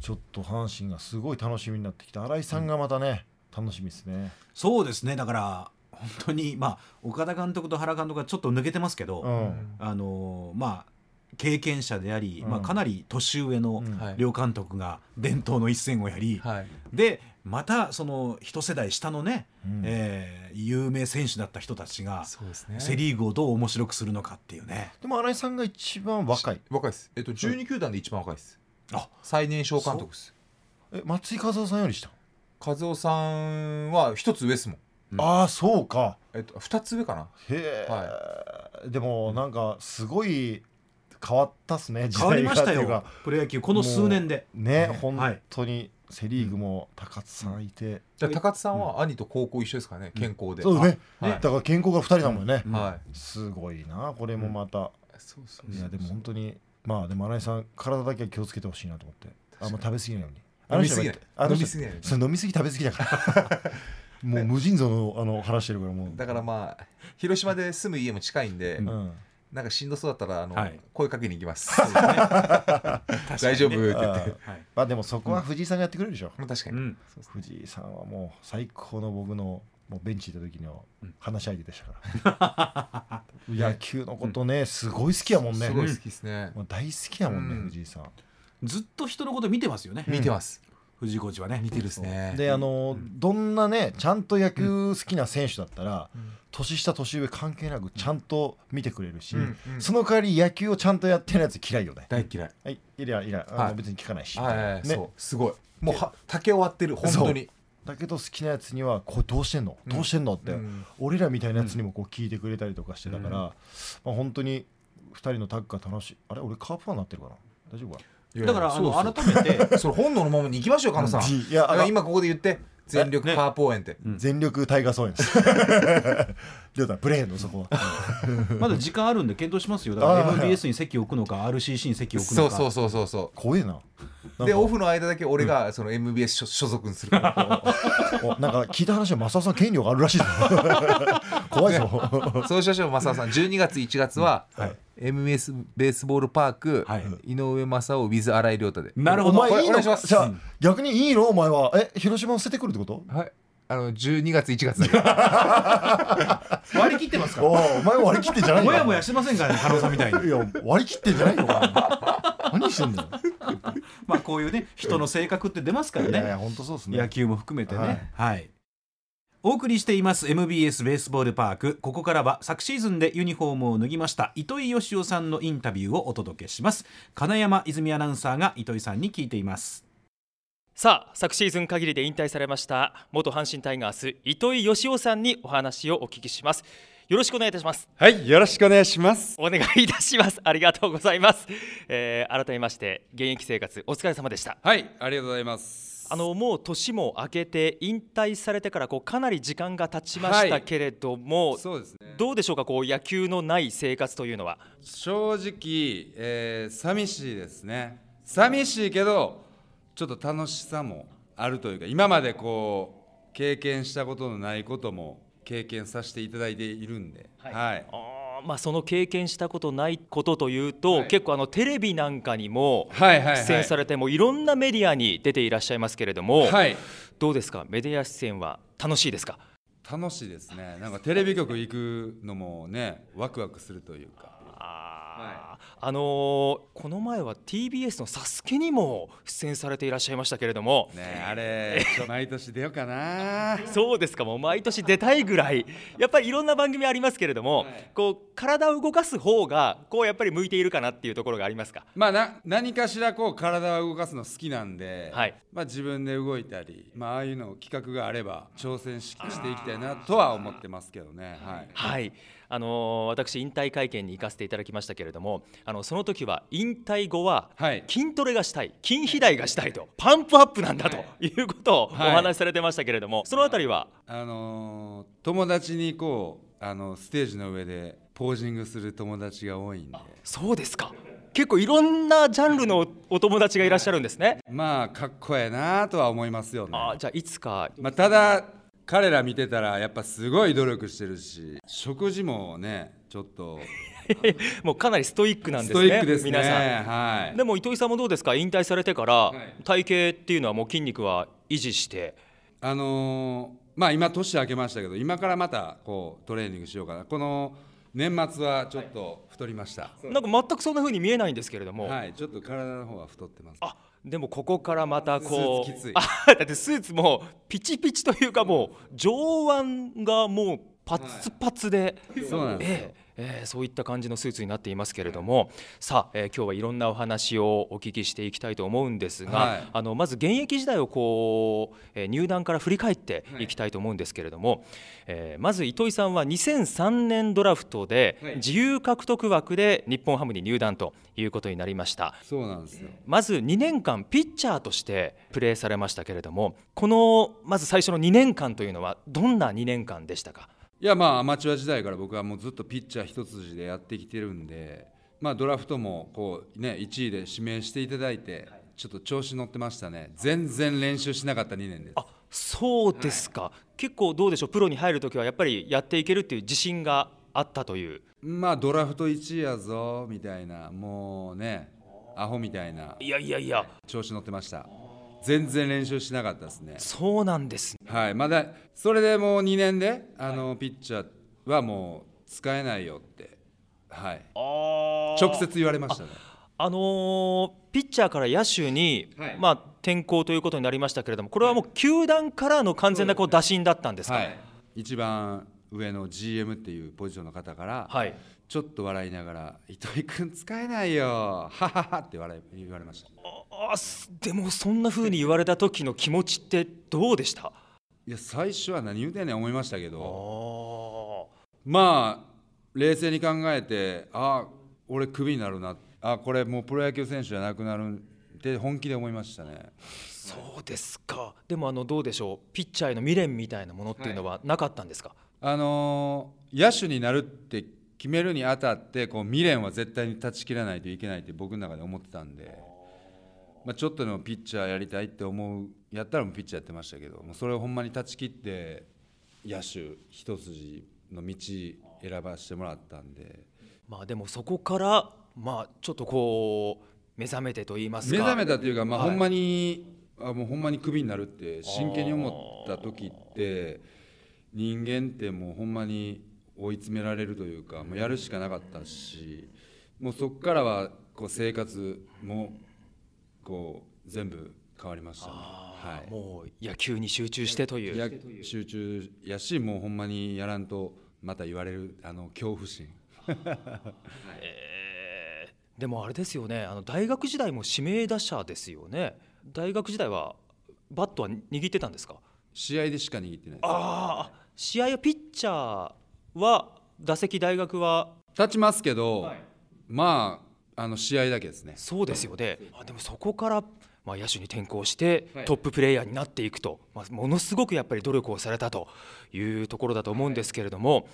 C: ちょっと阪神がすごい楽しみになってきた新井さんがまたね、楽しみですね、
A: そうですね。だから本当にまあ岡田監督と原監督がちょっと抜けてますけど。
C: うん
A: あのーまあ経験者であり、
C: うん
A: まあ、かなり年上の
C: うん
B: はい
A: 両監督が伝統の一戦をやり、
B: はい
A: でまたその一世代下のね、
C: うん
A: えー有名選手だった人たちが
B: そうですね
A: セ・リーグをどう面白くするのかっていうね
C: でも新井さんが一番若い
B: 若いですえっと12球団で一番若いです
A: あ
B: 最年少監督です
C: え松井和夫さんより下、
B: 和夫さんは一つ上ですもん
A: うん
C: ああそうか
B: えっと二つ上かな
C: へえ、でもなんかすごい変わったっすね時
A: 変わり
C: 代
A: ま
C: が
A: した
C: ってい
A: よ
C: うか
A: プロ野球この数年で
C: ね
B: ね
C: 本当にセ・リーグも高津さんいて、
B: じゃあ高津さんは兄と高校一緒ですからね健康で
C: そうね、
B: はい
C: だから健康が2人だもんね、
A: うん
B: はい
C: すごいなこれもまた、
B: そうそ
C: いやでも本当にまあでも新井さん体だけは気をつけてほしいなと思ってあんま
B: 確
C: 食べ過ぎないように
B: 飲み過ぎない
C: あの
B: 飲
C: 人
B: み過ぎない
C: そう飲み過ぎ食べ過ぎだから もう無尽蔵のあの話してるからもう
B: だからまあ広島で住む家も近いんで、
A: う
C: うん
B: なんかしんどそうだったらあの、
A: はい
B: 声かけに行きます
A: そうですね確かにね
B: 大丈夫って言
C: あ
B: って
C: ー
A: はい
C: まあでもそこは藤井さんがやってくれるでしょ
B: まあ確か
A: う
B: に、
A: ん
B: そうそう
C: 藤井さんはもう最高の僕のもうベンチ行った時の
A: うん
C: 話し相手でし たから、野球のことねすごい好きやもんね
B: すごい好きですね。
C: もう大好きやもんね、
B: うん
C: 藤井さん
A: ずっと人のこと見てますよね、
C: うん
B: 見てます。
A: 藤井コーチはね
B: 見てるですね。
C: であのどんなねちゃんと野球好きな選手だったら、
B: うん
C: 年下年上関係なくちゃんと見てくれるし、
B: うんうん
C: その代わり野球をちゃんとやってるやつ嫌いよね
B: 大嫌い。
C: はいいやいやあの、
B: はい
C: 別に聞かないし、
B: はいはいはい、
C: ね
B: そうすごいもうは竹終わってる本当に
C: だけど好きなやつにはこれどうしてんの、
B: うん
C: どうしてんのって、
B: うん
C: 俺らみたいなやつにもこう聞いてくれたりとかしてたか
B: う
C: ら、
B: ん
C: まあ、本当に2人のタッグが楽しいあれ俺カープファンになってるかな大丈夫か
B: いやいや
A: だからあ
B: そう
A: の
B: そう
A: 改めて
B: それ本能のままに行きましょう
C: な
B: 狩野さん
C: いや
B: あ
C: あ
B: の
C: の
B: 今ここで言って全力カープ応援って、
A: うん
C: 全力タイガース応援です 亮太ブレーンのそこは
A: まだ時間あるんで検討しますよだか
C: あ
A: ら
C: ー
A: MBS に席を置くのか RCC に席を置く
B: そ
A: の
B: う
A: か
B: そうそうそうそ
C: 怖えな
B: うで
C: なんか
B: オフの間だけ俺がその MBS 所所属にするからこ
C: おなんか聞いた話は増田さん権力ある らしいぞ怖いぞ
B: うそうしましょう増田さん12月1月は、
C: はい
B: MBS ベースボールパーク、
A: はい
B: 井上正雄 with 新井亮太で、
A: なるほど
C: お前い
B: お
C: い
B: 願
C: の
B: いします
C: じゃあ逆にいいのお前はえ広島を捨ててくるってこと
B: はい、あの12月1月だけ
A: 割り切ってますか
C: おおお前割り切ってんじゃな
A: ら
C: いよ
A: もやもやしてませんからね狩野さんみた いに
C: いや割り切ってんじ ゃないよお前何してんだよ
A: まあこういうね人の性格って出ますから
C: いやい
A: ね
C: や本当そうですね
A: 野球も含めて
C: は
A: ね
C: い
A: はいお送りしています MBS ベースボールパークここからは昨シーズンでユニフォームを脱ぎました糸井義雄さんのインタビューをお届けします金山泉アナウンサーが糸井さんに聞いています
D: さあ昨シーズン限りで引退されました元阪神タイガース糸井義雄さんにお話をお聞きしますよろしくお願いいたします
E: はい、よろしくお願いします。
D: お願いいたしますありがとうございます、えー、改めまして現役生活お疲れ様でした
E: はい、ありがとうございます。
D: あのもう年も明けて引退されてからこうかなり時間が経ちまし
E: は
D: た
E: い
D: けれども、
E: そうですね。
D: どうでしょうかこう野球のない生活というのは
E: 正直、えー寂しいですね。寂しいけど、ちょっと楽しさもあるというか、今までこう経験したことのないことも経験させていただいているんで、はい、
D: あーまあその経験したことないことというと、
E: はい
D: 結構あのテレビなんかにも
E: はいはいはい
D: 出演されてもいろんなメディアに出ていらっしゃいますけれども、
E: はい、
D: どうですかメディア出演は楽しいですか
E: 楽しいですね。なんかテレビ局行くのもね、ワクワクするというか。
D: あ,、あのーこの前は TBS の「サスケにも出演されていらっしゃいましたけれども、
E: ね、あれ、ちょ毎年出ようかな。
D: そうですかもう毎年出たいぐらいやっぱりいろんな番組ありますけれども、
E: はい
D: こう体を動かす方がこうやっぱり向いているかなっていうところがありますか
E: まあ、な何かしらこう体を動かすの好きなんで、
D: はい
E: まあ、自分で動いたり、まあ、ああいうの企画があれば挑戦ししていきたいなとは思ってますけどね、はい
D: はい、あのー私引退会見に行かせていただきましたけれどもあのその時は引退後は
E: はい
D: 筋トレがしたい筋肥大がしたいとパンプアップなんだということをお
E: はい
D: 話しされてましたけれども、そのあたりは
E: あのー友達にこうあのステージの上でポージングする友達が多いんで
D: そうですか結構いろんなジャンルのお友達がいらっしゃるんですね。
E: まあかっこええなとは思いますよね、
D: あーじゃあいつか
E: まあ、ただ彼ら見てたらやっぱすごい努力してるし食事もねちょっと
D: もうかなりストイックなんで
E: ス
D: すね
E: トイッ クですね
D: 皆さん。
E: はい
D: でも糸井さんもどうですか引退されてから、
E: い
D: 体型っていうのはもう筋肉は維持して
E: あのーまあ今年明けましたけど今からまたこうトレーニングしようかなこの年末はちょっと太りましたはい、
D: なんか全くそんな風に見えないんですけれども、
E: ちょっと体の方は太ってます
D: あでもここからまたこう
E: スーツきつい
D: あだってスーツもピチピチというかもう上腕がもうパツパツで、
E: そうなんですよ
D: ええええそういった感じのスーツになっていますけれども、さあ、えー今日はいろんなお話をお聞きしていきたいと思うんですが、
E: はい
D: あのまず現役時代をこう、えー入団から振り返っていきたいと思うんですけれども、えーまず糸井さんは2003年ドラフトで
E: はい
D: 自由獲得枠で日本ハムに入団ということになりました。
E: そうなんですよ
D: まず2年間ピッチャーとしてプレーされましたけれどもこのまず最初の2年間というのはどんな2年間でしたか
E: いやまあアマチュア時代から僕はもうずっとピッチャー一筋でやってきてるんでまあドラフトもこうね1位で指名していただいてちょっと調子乗ってましたね全然練習しなかった2年です
D: あそうですか、結構どうでしょうプロに入るときはやっぱりやっていけるっていう自信があったという
E: まあドラフト1位やぞみたいなもうねアホみたいない
D: やいやいや
E: 調子乗ってました全然練習しなかったですね。
D: そうなんですね
E: はい、まだそれでもう2年であの、ピッチャーはもう使えないよって、はい、直接言われましたね。
D: あのーピッチャーから野手に、
E: はい
D: まあ、転向ということになりましたけれどもこれはもう球団からの完全なこう打診だったんですか、
E: はい、一番上の GM っていうポジションの方から、
D: はい
E: ちょっと笑いながら「糸井君使えないよ ははは」って笑い言われました
D: あすでもそんな風に言われた時の気持ちってどうでした
E: いや最初は何言うてんねん思いましたけどまあ冷静に考えてあ俺クビになるなあこれもうプロ野球選手じゃなくなるって本気で思いましたね
D: そうですかでもあのどうでしょうピッチャーへの未練みたいなものっていうのはなかったんですか、
E: あのー野手になるって決めるにあたってこう未練は絶対に断ち切らないといけないって僕の中で思ってたんで、まあ、ちょっとでもピッチャーやりたいって思うやったらもうピッチャーやってましたけどもうそれをほんまに断ち切って野手一筋の道選ばせてもらったんで
D: まあでもそこからまあちょっとこう目覚めてと言いますか
E: 目覚めたというか、まあ
D: はい
E: ほんまにあもうほんまにクビになるって真剣に思った時って人間ってもうほんまに追い詰められるというかもうやるしかなかったしもうそこからはこう生活もこう全部変わりましたね。はい
D: もう野球に集中してという
E: や集中やしもうほんまにやらんとまた言われるあの恐怖心
D: でもあれですよねあの大学時代も指名打者ですよね大学時代はバットは握ってたんですか
E: 試合でしか握ってない
D: ああ試合はピッチャーは打席大学は
E: 立ちますけど、まああの試合だけですね
D: そうですよねあでもそこから、まあ、野手に転向してトッププレーヤーになっていくと、まあ、ものすごくやっぱり努力をされたというところだと思うんですけれども、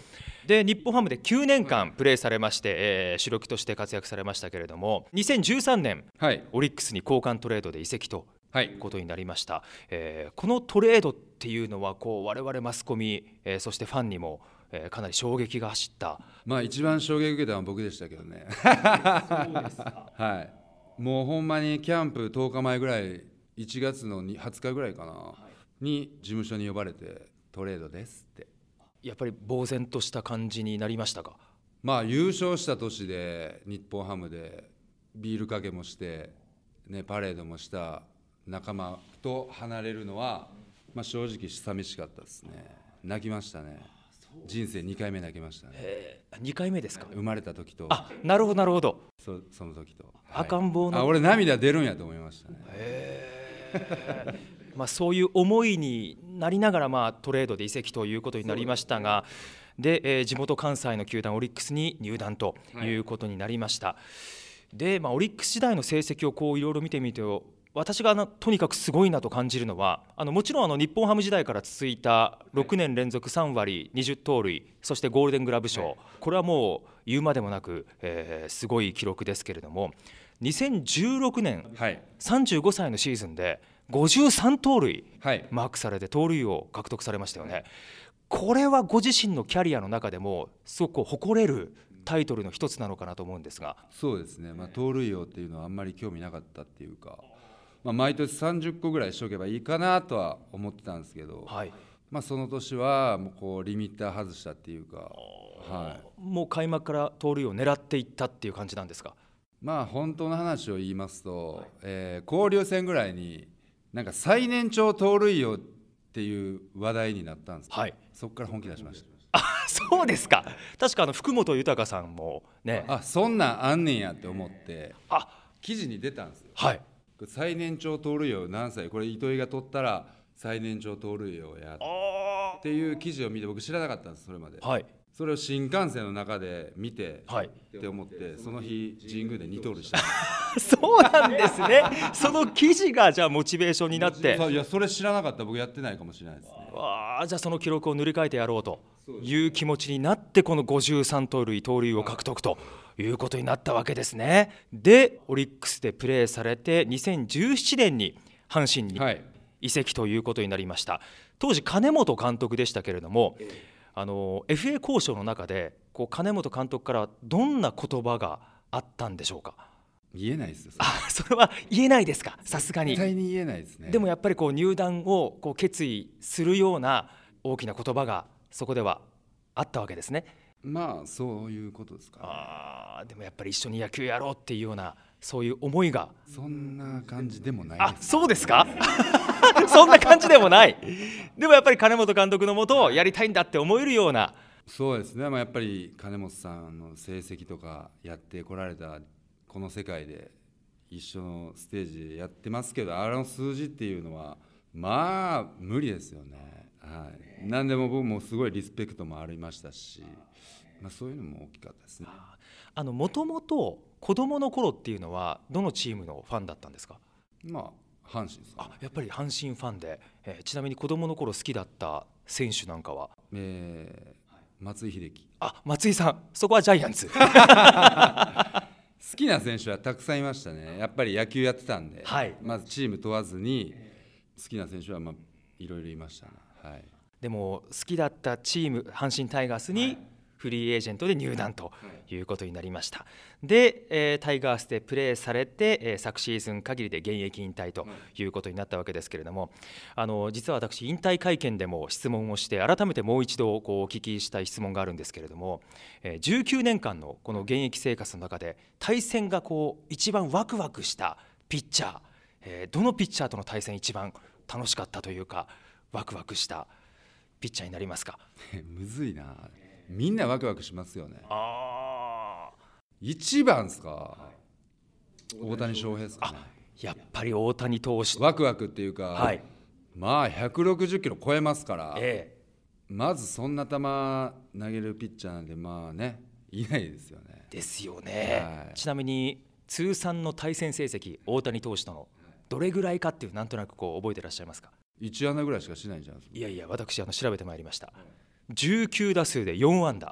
D: で日本ハムで9年間プレーされまして、えー主力として活躍されましたけれども2013年
E: はい
D: オリックスに交換トレードで移籍と
E: はいいう
D: ことになりました、えーこのトレードっていうのはこう我々マスコミ、えーそしてファンにも、えーかなり衝撃が走った
E: まあ一番衝撃受けたのは僕でしたけどねはいもうほんまにキャンプ10日前ぐらい1月のに20日ぐらいかな、に事務所に呼ばれてトレードですって
D: やっぱり呆然とした感じになりましたか
E: まあ優勝した年で日本ハムでビールかけもして、ね、パレードもした仲間と離れるのは、まあ、正直寂しかったですね泣きましたね人生2回目泣きましたね
D: 2回目ですか、
E: 生まれた時と
D: あなるほどなるほど
E: そその時と、
D: 赤ん坊の
E: あ俺涙出るんやと思いましたね、
D: まあ、そういう思いになりながら、まあ、トレードで移籍ということになりましたがで、えー地元関西の球団オリックスに入団ということになりました、で、まあ、オリックス時代の成績をこういろいろ見てみて私があのとにかくすごいなと感じるのはあのもちろんあの日本ハム時代から続いた6年連続3割20盗塁そしてゴールデングラブ賞、これはもう言うまでもなく、えーすごい記録ですけれども2016年
E: はい
D: 35歳のシーズンで53盗塁
E: はい
D: マークされて盗塁を獲得されましたよね。これはご自身のキャリアの中でもすごくこう誇れるタイトルの一つなのかなと思うんですが、
E: そうですね、まあ、盗塁王っていうのはあんまり興味なかったっていうか、まあ、毎年30個ぐらいしとけばいいかなとは思ってたんですけど、
D: はい、
E: まあ、その年はもうこうリミッター外したっていうか、はい、
D: もう開幕から盗塁を狙っていったっていう感じなんですか。
E: まあ本当の話を言いますと、えー交流戦ぐらいになんか最年長盗塁王っていう話題になったんですけど
D: はい
E: そこから本気出しまし
D: そうですか。確かあの福本豊さんもね、
E: たあそんなんあんねんやって思って
D: あ、
E: 記事に出たんですよ
D: はい。
E: これ最年長盗塁王何歳これ糸井が取ったら最年長盗塁王やっていう記事を見て僕知らなかったんですそれまで、
D: はい。
E: それを新幹線の中で見て、
D: はい
E: って思ってその日神宮で2盗塁した
D: そうなんですね。その記事がじゃあモチベーションになって、
E: そういやそれ知らなかったら僕やってないかもしれないですね
D: わあじゃあその記録を塗り替えてやろうという気持ちになってこの53盗塁盗塁を獲得ということになったわけですね。でオリックスでプレーされて2017年に阪神に
E: はい
D: 移籍ということになりました、当時金本監督でしたけれども、あの FA 交渉の中でこう金本監督からどんな言葉があったんでしょうか。
E: い言えないですよそれ
D: あそれは言えないですかさすがに
E: 絶対に言えないですね
D: でもやっぱりこう入団をこう決意するような大きな言葉がそこではあったわけですね
E: まあそういうことですか
D: あーでもやっぱり一緒に野球やろうっていうようなそういう思いが
E: そんな感じでもない
D: あ
E: です
D: そうですか そんな感じでもないでもやっぱり金本監督のもとをやりたいんだって思えるような
E: そうですね、まあ、やっぱり金本さんの成績とかやってこられたこの世界で一緒のステージでやってますけどあの数字っていうのはまあ無理ですよね。はい、なんでも僕もすごいリスペクトもありましたし、まあ、そういうのも大きかったですね。
D: あのもともと子供の頃っていうのはどのチームのファンだったんですか
E: まあ阪神さん
D: あ、やっぱり阪神ファンで、えーちなみに子供の頃好きだった選手なんかは
E: えー松井秀喜
D: あ松井さんそこはジャイアンツ
E: 好きな選手はたくさんいましたね、やっぱり野球やってたんで、
D: はい
E: まずチーム問わずに好きな選手はまあいろいろいましたね。はい
D: でも好きだったチーム阪神タイガースにフリーエージェントで入団ということになりましたで、えータイガースでプレーされて、えー昨シーズン限りで現役引退ということになったわけですけれどもあの実は私引退会見でも質問をして改めてもう一度こうお聞きしたい質問があるんですけれども、えー19年間のこの現役生活の中で対戦がこう一番ワクワクしたピッチャー、えーどのピッチャーとの対戦一番楽しかったというかワクワクしたピッチャーになりますか
E: え むずいなみんなワクワクしますよね
D: あ
E: 一番ですか大谷翔平ですか、ね、
D: やっぱり大谷投手
E: ワクワクっていうか、
D: はい
E: まあ160キロ超えますから、
D: え
E: まずそんな球投げるピッチャーなんでまあねいないですよね
D: えですよね、
E: はい
D: ちなみに通算の対戦成績大谷投手とのどれぐらいかっていうなんとなくこう覚えてらっしゃいますか
E: 一穴ぐらいしか しないんじゃないです
D: いやいや私あの調べてまいりました19打数で4安打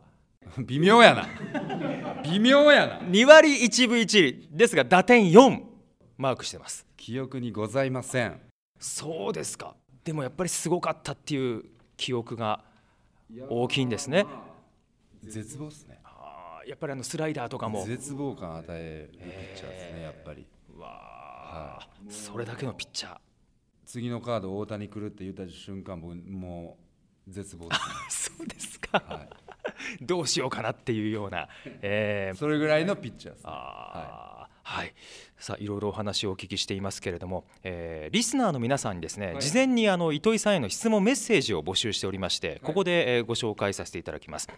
E: か微妙やな微妙やな
D: 2割1分1厘ですが打点4マークしてます
E: 記憶にございません
D: そうですかでもやっぱりすごかったっていう記憶が大きいんですね
E: 絶望っすね
D: あーやっぱりあのスライダーとかも
E: 絶望感与えるピッチャーですねやっぱり
D: わあ、それだけのピッチャー
E: 次のカード大谷来るって言った瞬間僕もう絶望ですね
D: そうですか、どうしようかなっていうような、えー
E: それぐらいのピッチャーです、ね。
D: あーはい、さあいろいろお話をお聞きしていますけれども、えーリスナーの皆さんにですね、事前にあの糸井さんへの質問メッセージを募集しておりましてここで、えーご紹介させていただきます、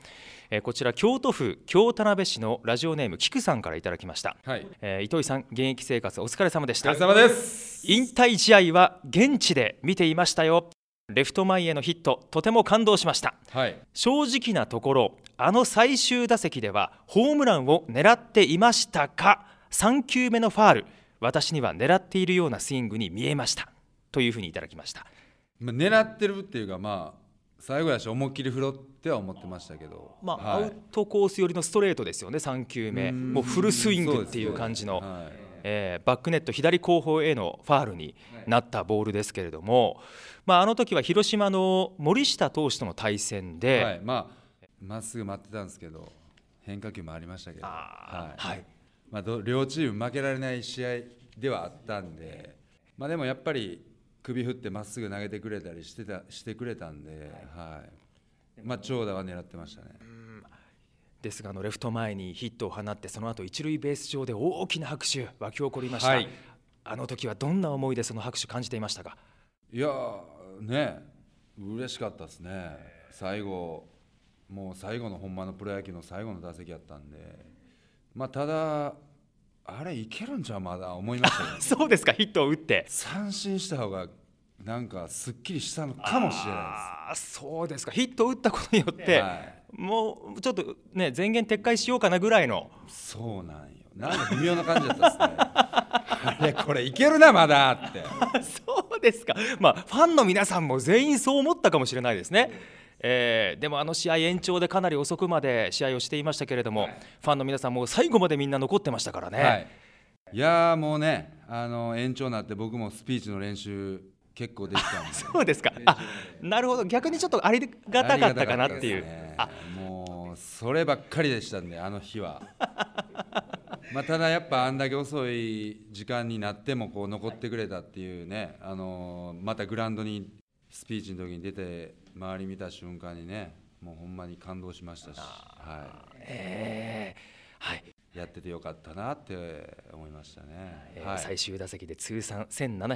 D: えーこちら京都府京田辺市のラジオネーム菊さんからいただきました、
E: はい。
D: えー糸井さん現役生活お疲れ様でし
E: お疲
D: た
E: れ様です。
D: 引退試合は現地で見ていましたよレフト前へのヒットとても感動しました
E: はい。
D: 正直なところあの最終打席ではホームランを狙っていましたか3球目のファール私には狙っているようなスイングに見えましたというふうにいただきました
E: まあ狙ってるっていうかまあ最後やし思いっきり振ろうっては思ってましたけど。
D: まあ、
E: はい
D: アウトコース寄りのストレートですよね3球目もうフルスイングっていう感じの、
E: そうですはい
D: えーバックネット左後方へのファールになったボールですけれども、まあ、あの時は広島の森下投手との対戦で、
E: はい。まあまっすぐ待ってたんですけど変化球もありましたけど。
D: あ
E: はい。
D: ーはい
E: まあど両チーム負けられない試合ではあったんで、まあでもやっぱり首振ってまっすぐ投げてくれたりしてたしてくれたんで、はい。まあ長打は狙ってましたね。
D: ですがあのレフト前にヒットを放ってその後一塁ベース上で大きな拍手沸き起こりました、
E: はい
D: あの時はどんな思いでその拍手感じていましたか
E: いやーね嬉しかったですね最後もう最後の本間のプロ野球の最後の打席やったんでまあただあれいけるんじゃうまだ思いました よ
D: そうですかヒットを打って
E: 三振した方がなんかすっきりしたのかもしれな
D: あーそうですかヒットを打ったことによっ
E: いで
D: て、
E: す、はい、
D: もうちょっとね前言撤回しようかなぐらいの
E: そうなんよなんか微妙な感じだったですね あれこれいけるなまだって
D: そうですか、まあ、ファンの皆さんも全員そう思ったかもしれないですね。えーでもあの試合延長でかなり遅くまで試合をしていましたけれども、ファンの皆さんも最後までみんな残ってましたからね、
E: はい、いやーもうねあの延長になって僕もスピーチの練習結構できたんで
D: そうですかあなるほど逆にちょっとありがたかったかなっていう
E: ありがたかったですねもうそればっかりでしたんであの日は まあ、ただやっぱあんだけ遅い時間になってもこう残ってくれたっていうね、あのーまたグラウンドにスピーチの時に出て周り見た瞬間にねもうほんまに感動しましたし、は
D: えーはい
E: い、やっててよかったなって思いましたね。
D: えー
E: はい、
D: 最終打席で通算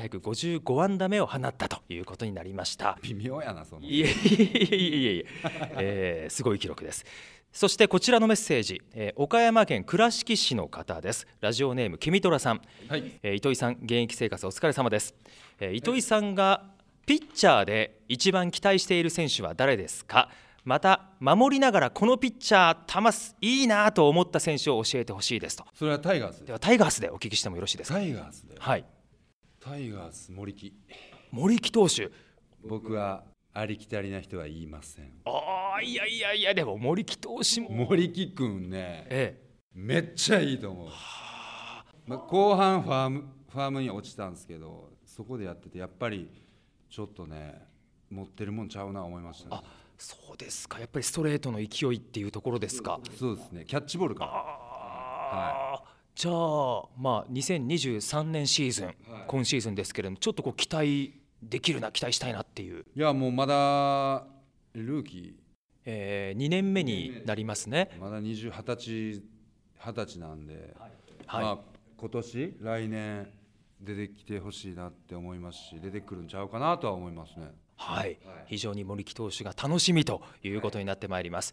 D: 1755安打目を放ったということになりました。
E: 微妙やなその
D: いえいえいえいえいえ、 えーすごい記録です。そしてこちらのメッセージ、えー岡山県倉敷市の方です。ラジオネームケミトラさん、
E: はい
D: えー糸井さん現役生活お疲れ様です。えー糸井さんがピッチャーで一番期待している選手は誰ですか。また守りながらこのピッチャー球すいいなと思った選手を教えてほしいですと。
E: それはタイガース
D: ではタイガースでお聞きしてもよろしいですか。
E: タイガースだよ
D: はい。
E: タイガース森木
D: 森木投手。
E: 僕はありきたりな人は言いません
D: ああいやいやいやでも森木投手も。
E: 森木君ね
D: ええ。
E: めっちゃいいと思う、まあ、後半ファームファームに落ちたんですけどそこでやっててやっぱりちょっとね持ってるもんちゃうな思いましたね
D: あそうですかやっぱりストレートの勢いっていうところですか。
E: そうですねキャッチボールか
D: あーじゃあ、まあ、2023年シーズン、今シーズンですけれどもちょっとこう期待できるな期待したいなっていう、
E: いやもうまだルーキ
D: え2年目になりますね。
E: ーまだ20 20歳20歳なんで、
D: はい
E: まあ、今年来年出てきてほしいなって思いますし出てくるんちゃうかなとは思いますね
D: はい、非常に森木投手が楽しみということになってまいります。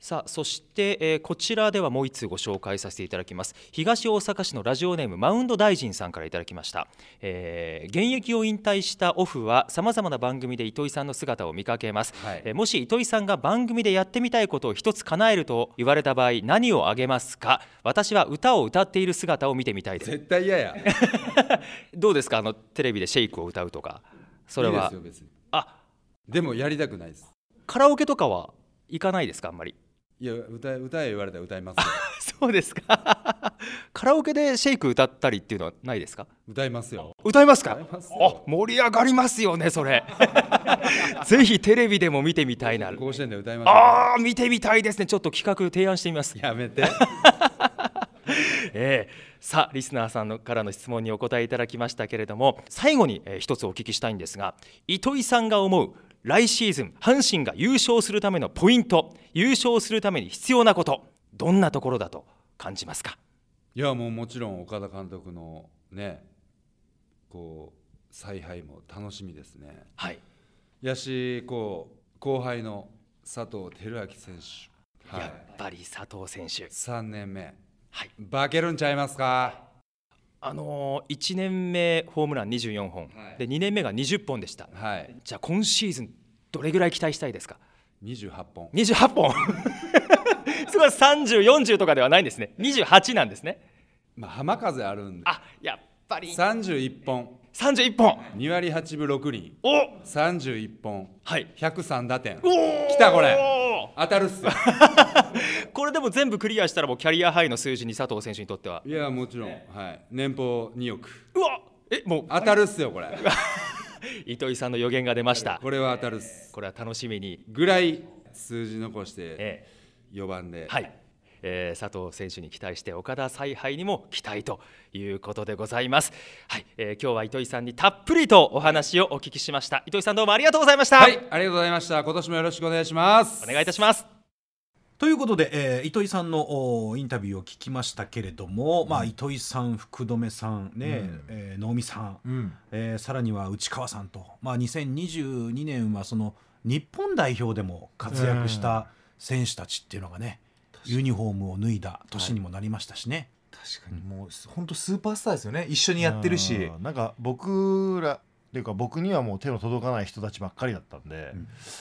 D: さあそして、えーこちらではもう一通ご紹介させていただきます東大阪市のラジオネームマウンド大臣さんからいただきました、えー現役を引退したオフはさまざまな番組で糸井さんの姿を見かけます、
E: はい
D: えーもし糸井さんが番組でやってみたいことを一つ叶えると言われた場合何をあげますか私は歌を歌っている姿を見てみたいです
E: 絶対嫌 や
D: どうですかあのテレビでシェイクを歌うとかそれ
E: いいで
D: は
E: すよ別に
D: あ
E: でもやりたくないです
D: カラオケとかは行かないですかあんまり
E: いや歌え歌え言われたら歌いますよ
D: そうですか カラオケでシェイク歌ったりっていうのはないですか
E: 歌いますよ
D: 歌いますか
E: 歌います
D: あ盛り上がりますよねそ れぜひテレビでも見てみたいな
E: 甲子園で歌いますよ
D: あー見てみたいですねちょっと企画提案してみます
E: やめて
D: ええさあリスナーさんのからの質問にお答えいただきましたけれども最後に、えー一つお聞きしたいんですが糸井さんが思う来シーズン阪神が優勝するためのポイント優勝するために必要なことどんなところだと感じますか
E: いやもうもちろん岡田監督のねこう采配も楽しみですね
D: はい
E: やしこう後輩の佐藤輝明選手、は
D: や
E: い、
D: っぱり佐藤選手、
E: 3年目
D: はい、
E: 化けるんちゃいますか
D: あのー、1年目ホームラン24本、
E: はい
D: で2年目が20本でした、
E: はい
D: じゃあ今シーズンどれぐらい期待したいですか
E: 28本
D: 28本 すごい3040とかではないんですね28なんですね
E: まあ浜風あるんで
D: あやっぱり
E: 31本
D: 31本
E: 2割8分6厘
D: お
E: 31本
D: はい
E: 103打点
D: お
E: 来たこれ当たるっすよ
D: これでも全部クリアしたらもうキャリアハイの数字に佐藤選手にとってはい
E: やもちろん、はい、年俸2億
D: うわえもう
E: 当たるっすよこ れ
D: 糸井さんの予言が出ました
E: これは当たるっす
D: これは楽しみに、
E: ぐらい数字残して
D: え
E: 4番で、
D: えはいえー佐藤選手に期待して岡田采配にも期待ということでございます、はいえー今日は糸井さんにたっぷりとお話をお聞きしました糸井さんどうもありがとうございました、
E: はい、ありがとうございました今年もよろしくお願いします
D: お願いいたします
A: ということで、えー糸井さんのおーインタビューを聞きましたけれども、まあ、糸井さん福留さん、ねえー能見さん、
C: うん
A: えーさらには内川さんと、まあ、2022年はその日本代表でも活躍した選手たちっていうのがね、ユニフォームを脱いだ年にもなりましたしね。
B: 確かにもう本当スーパースターですよね一緒にやってるし
C: うんなんか僕らっていうか僕にはもう手の届かない人たちばっかりだったんで、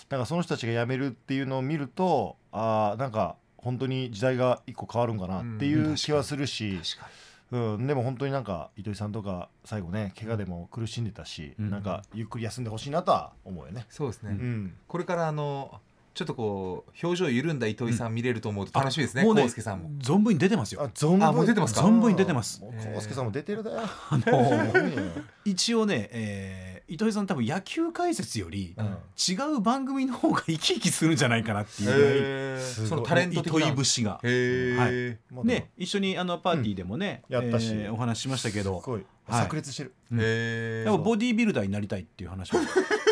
C: なんかその人たちが辞めるっていうのを見るとああなんか本当に時代が一個変わるんかなってい
B: うん確か
C: う
B: に
C: 気はするし、
B: 確かに
C: うんでも本当になんか糸井さんとか最後ね怪我でも苦しんでたし、
A: うん
C: なんかゆっくり休んでほしいなとは思うよね。
B: そうですね、
C: うん
B: これからあのちょっとこう表情緩んだ糸井さん見れると思うと楽しみですね
A: もう
B: 浩
A: ね
B: 介さんも
A: 存分に出てます
C: あ
A: よ。
C: 存分
B: あもう出てますか
A: 存分に出てます
C: もう康介さんも出てるだよ。
A: あのー
C: うん
A: 一応ね、え糸井さん多分野球解説より
B: うん
A: 違う番組の方が生き生きするんじゃないかなっていうぐらい
B: へー
C: すごい
B: そのタレント的
A: 糸
B: な
A: 井節が。
B: へえ
C: まあでも
A: ね、一緒にあのパーティーでもね、
C: うんやったし
A: えーお話ししましたけど
C: すごい
A: はい
C: 炸裂してる、
B: へ
A: やっぱボディービルダーになりたいっていう話も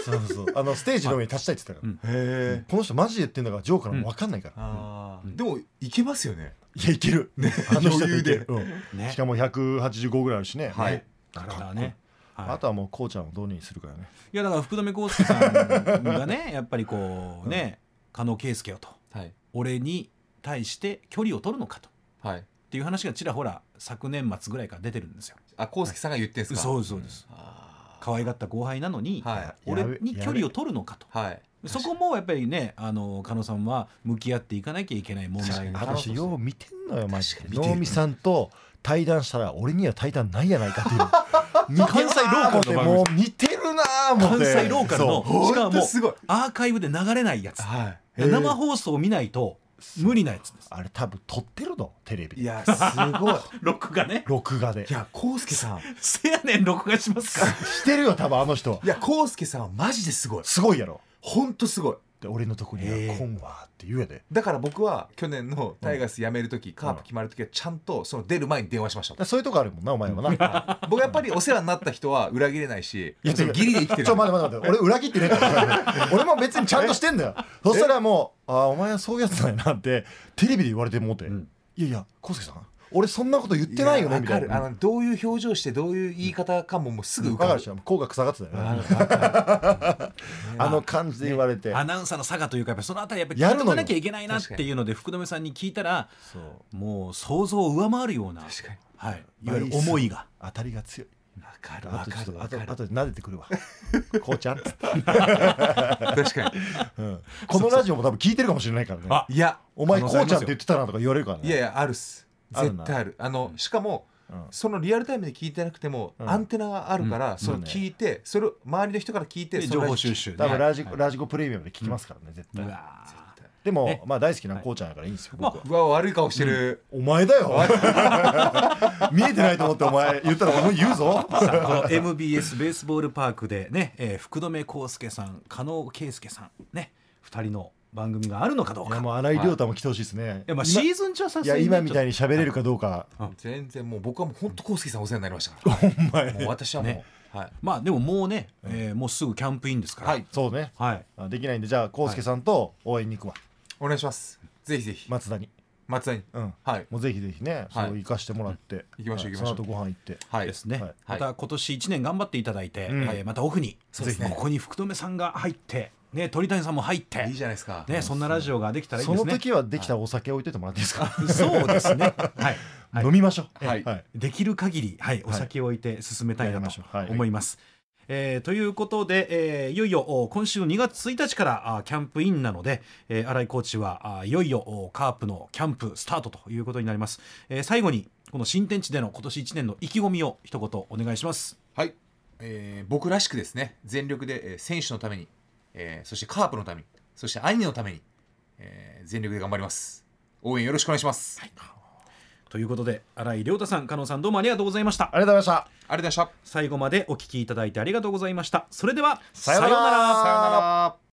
C: そうそうあのステージの上に立ちたいって言ってたから、
B: え
C: この人マジで言ってんだからジョーからも分かんないから、
B: あーでもいけますよね
C: いやいける、あの人だっていける、うん
A: ね
C: しかも185ぐらいあるしね、
B: はい
A: 体はね。はい
C: あとはもうこうちゃんをどうにするからね
A: いやだから福留孝介さんが ねやっぱりこうね加納圭介をと
B: はい
A: 俺に対して距離を取るのかとっ
B: はい
A: ていう話がちらほら昨年末ぐらいから出てるんですよ。
B: あ康介さんが言ってんすか
A: そうですそうです
B: あ
A: 可愛がった後輩なのに、
B: ーはい
A: 俺
C: やべ
A: に距離を取るのかと
B: はい
A: そこもやっぱりねあの加納さんは向き合っていかなきゃいけない問題
C: あ
A: が
C: の人よう見てんのよマジ
B: 確かに
C: で
B: 見てる
C: 能見さんと対談したら俺には対談ないやないかっていう関西ローカルの番組もう似てるなー思っ
A: 関
C: て
A: 西ローカルの
B: そう
A: しか
B: ほんと
A: も
B: すごい
A: アーカイブで流れないやつ
B: はい
A: 生放送を見ないと無理なやつです
C: あれ多分撮ってるのテレビ
B: いやすごい
A: 録画ね
C: 録画で
B: いや康介さん
A: せやねん録画しますか
C: してるよ多分あの人はい
B: や康介さんはマジですごい
C: すごいやろ
B: ほんとすごい
C: で俺のとこに
A: へ
C: は
A: ー
C: 「こんわ」って言うやで
B: だから僕は去年のタイガース辞める時、カープ決まる時はちゃんとその出る前に電話しまし
C: だ
B: た
C: そういうとこあるもんなお前はなちょ
B: 僕やっぱりお世話になった人は裏切れないし
C: いや
B: そのギリで生きてる
C: 待って待って待って俺裏切ってねえから俺も別にちゃんとしてんだよそしたらもう「あーお前はそういうやつなんやな」ってテレビで言われてもうて「
A: ん
C: いやいや浩介さん俺そんなこと言ってないよね」みたい
B: やわか
C: な
B: るあのどういう表情してどういう言い方かももうすぐ浮
C: 分
B: か
C: か
B: ぶ
C: るでしょ甲が下がってたよね
B: わかるわかる
C: あの感じで言われて
A: アナウンサーの差がというかやっぱそのあたりやっぱり
C: や
A: 聞い
C: る
A: と
C: のよ
A: かなきゃいけないなっていうので福留さんに聞いたらもう想像を上回るような
B: 確かに
A: はい、いわゆる思いが
C: 当たりが強い
B: わかるわ
C: あとちょ
B: か
C: っ
B: る
C: と
B: わ
C: あと
B: かる
C: あとで撫でてく るわこうちゃんっつって
B: 確かに
C: うんこのラジオも多分聞いてるかもしれないからね
A: あ
B: いや
C: お前
A: 可
C: こ
A: 能性あ
C: う
A: りますよ
C: ちゃんって言ってたなとか言われるからね
B: いやいやあるっす
C: ある
B: 絶
C: な
B: 対あるあのしかも
C: うん
B: そのリアルタイムで聞いてなくても、
C: うん
B: アンテナがあるから、それ
C: うん
B: 聞いて、それを周りの人から聞いて
A: で
B: そ
A: 情
B: のラジ
A: 報収集ね
C: 多分ラジコ、
B: はい
C: ラジコプレミアムで聞きますからね、絶
A: う
C: 対。
A: わーね
C: でも、まあ大好きなこうちゃんやからいいんですよ、僕は。
B: うわ悪い顔してる、
C: お前だよ見えてないと思ってお前言ったらお前言うぞ
A: さあこの MBS ベースボールパークでね、えー福留孝介さん加納圭介さんね2人の番組があるのかどう
C: い
A: か
C: や
A: い
C: もう荒井亮太も来てほしいですね
A: やまあシ
C: 今い
A: ーズン中はさす
C: や
A: がにね
C: 今みたいに喋れるかどうか
B: 全然もう僕はもう本当康介さんお世話になりましたから
C: ほんま
B: もう
C: に
B: 私はもう、
A: ね
B: はい
A: まあでももうね、えーもうすぐキャンプインですから
B: はい
C: そうね
A: はい
C: あできないんでじゃあ浩介さんと応援に行くわ
B: お願いしますぜひぜひ
C: 松田に
B: 松田に
C: うん
B: はい
C: もうぜひぜひねそ
B: はい
C: れを生かしてもらって
B: 行きましょう
C: はい
B: 行きましょう
C: その後ご飯行って
B: はい
A: ですね、
C: はい
A: また今年1年頑張っていただいて、
C: うん
A: えーまたオフに、
B: そうですね
A: ここに福留さんが入って、ね、鳥谷さんも入って
B: いいじゃないですか、
A: ね、そんなラジオができたらいい
C: そ
A: です
C: の
A: ね。
C: 時はできたお酒置いててもらっていいですか
A: そうですね、はいはい
C: 飲みましょう
B: はい
A: できる限り、はい、お酒を置いて進めたいな
C: やりま
A: と
C: しょうはい
A: 思います。えーということで、えーいよいよお今週の2月1日からあキャンプインなので、えー、新井コーチはあいよいよおカープのキャンプスタートということになります、えー最後にこの新天地での今年1年の意気込みを一言お願いします
B: はい、えー僕らしくですね全力でえー選手のために、えーそしてカープのためにそして兄のために、えー全力で頑張ります応援よろしくお願いします、
A: ということで新井亮太さん加納さんどうもありがとうございました
C: ありがとうございました
B: ありがとうございました
A: 最後までお聞きいただいてありがとうございましたそれでは
C: さようなら
B: さようなら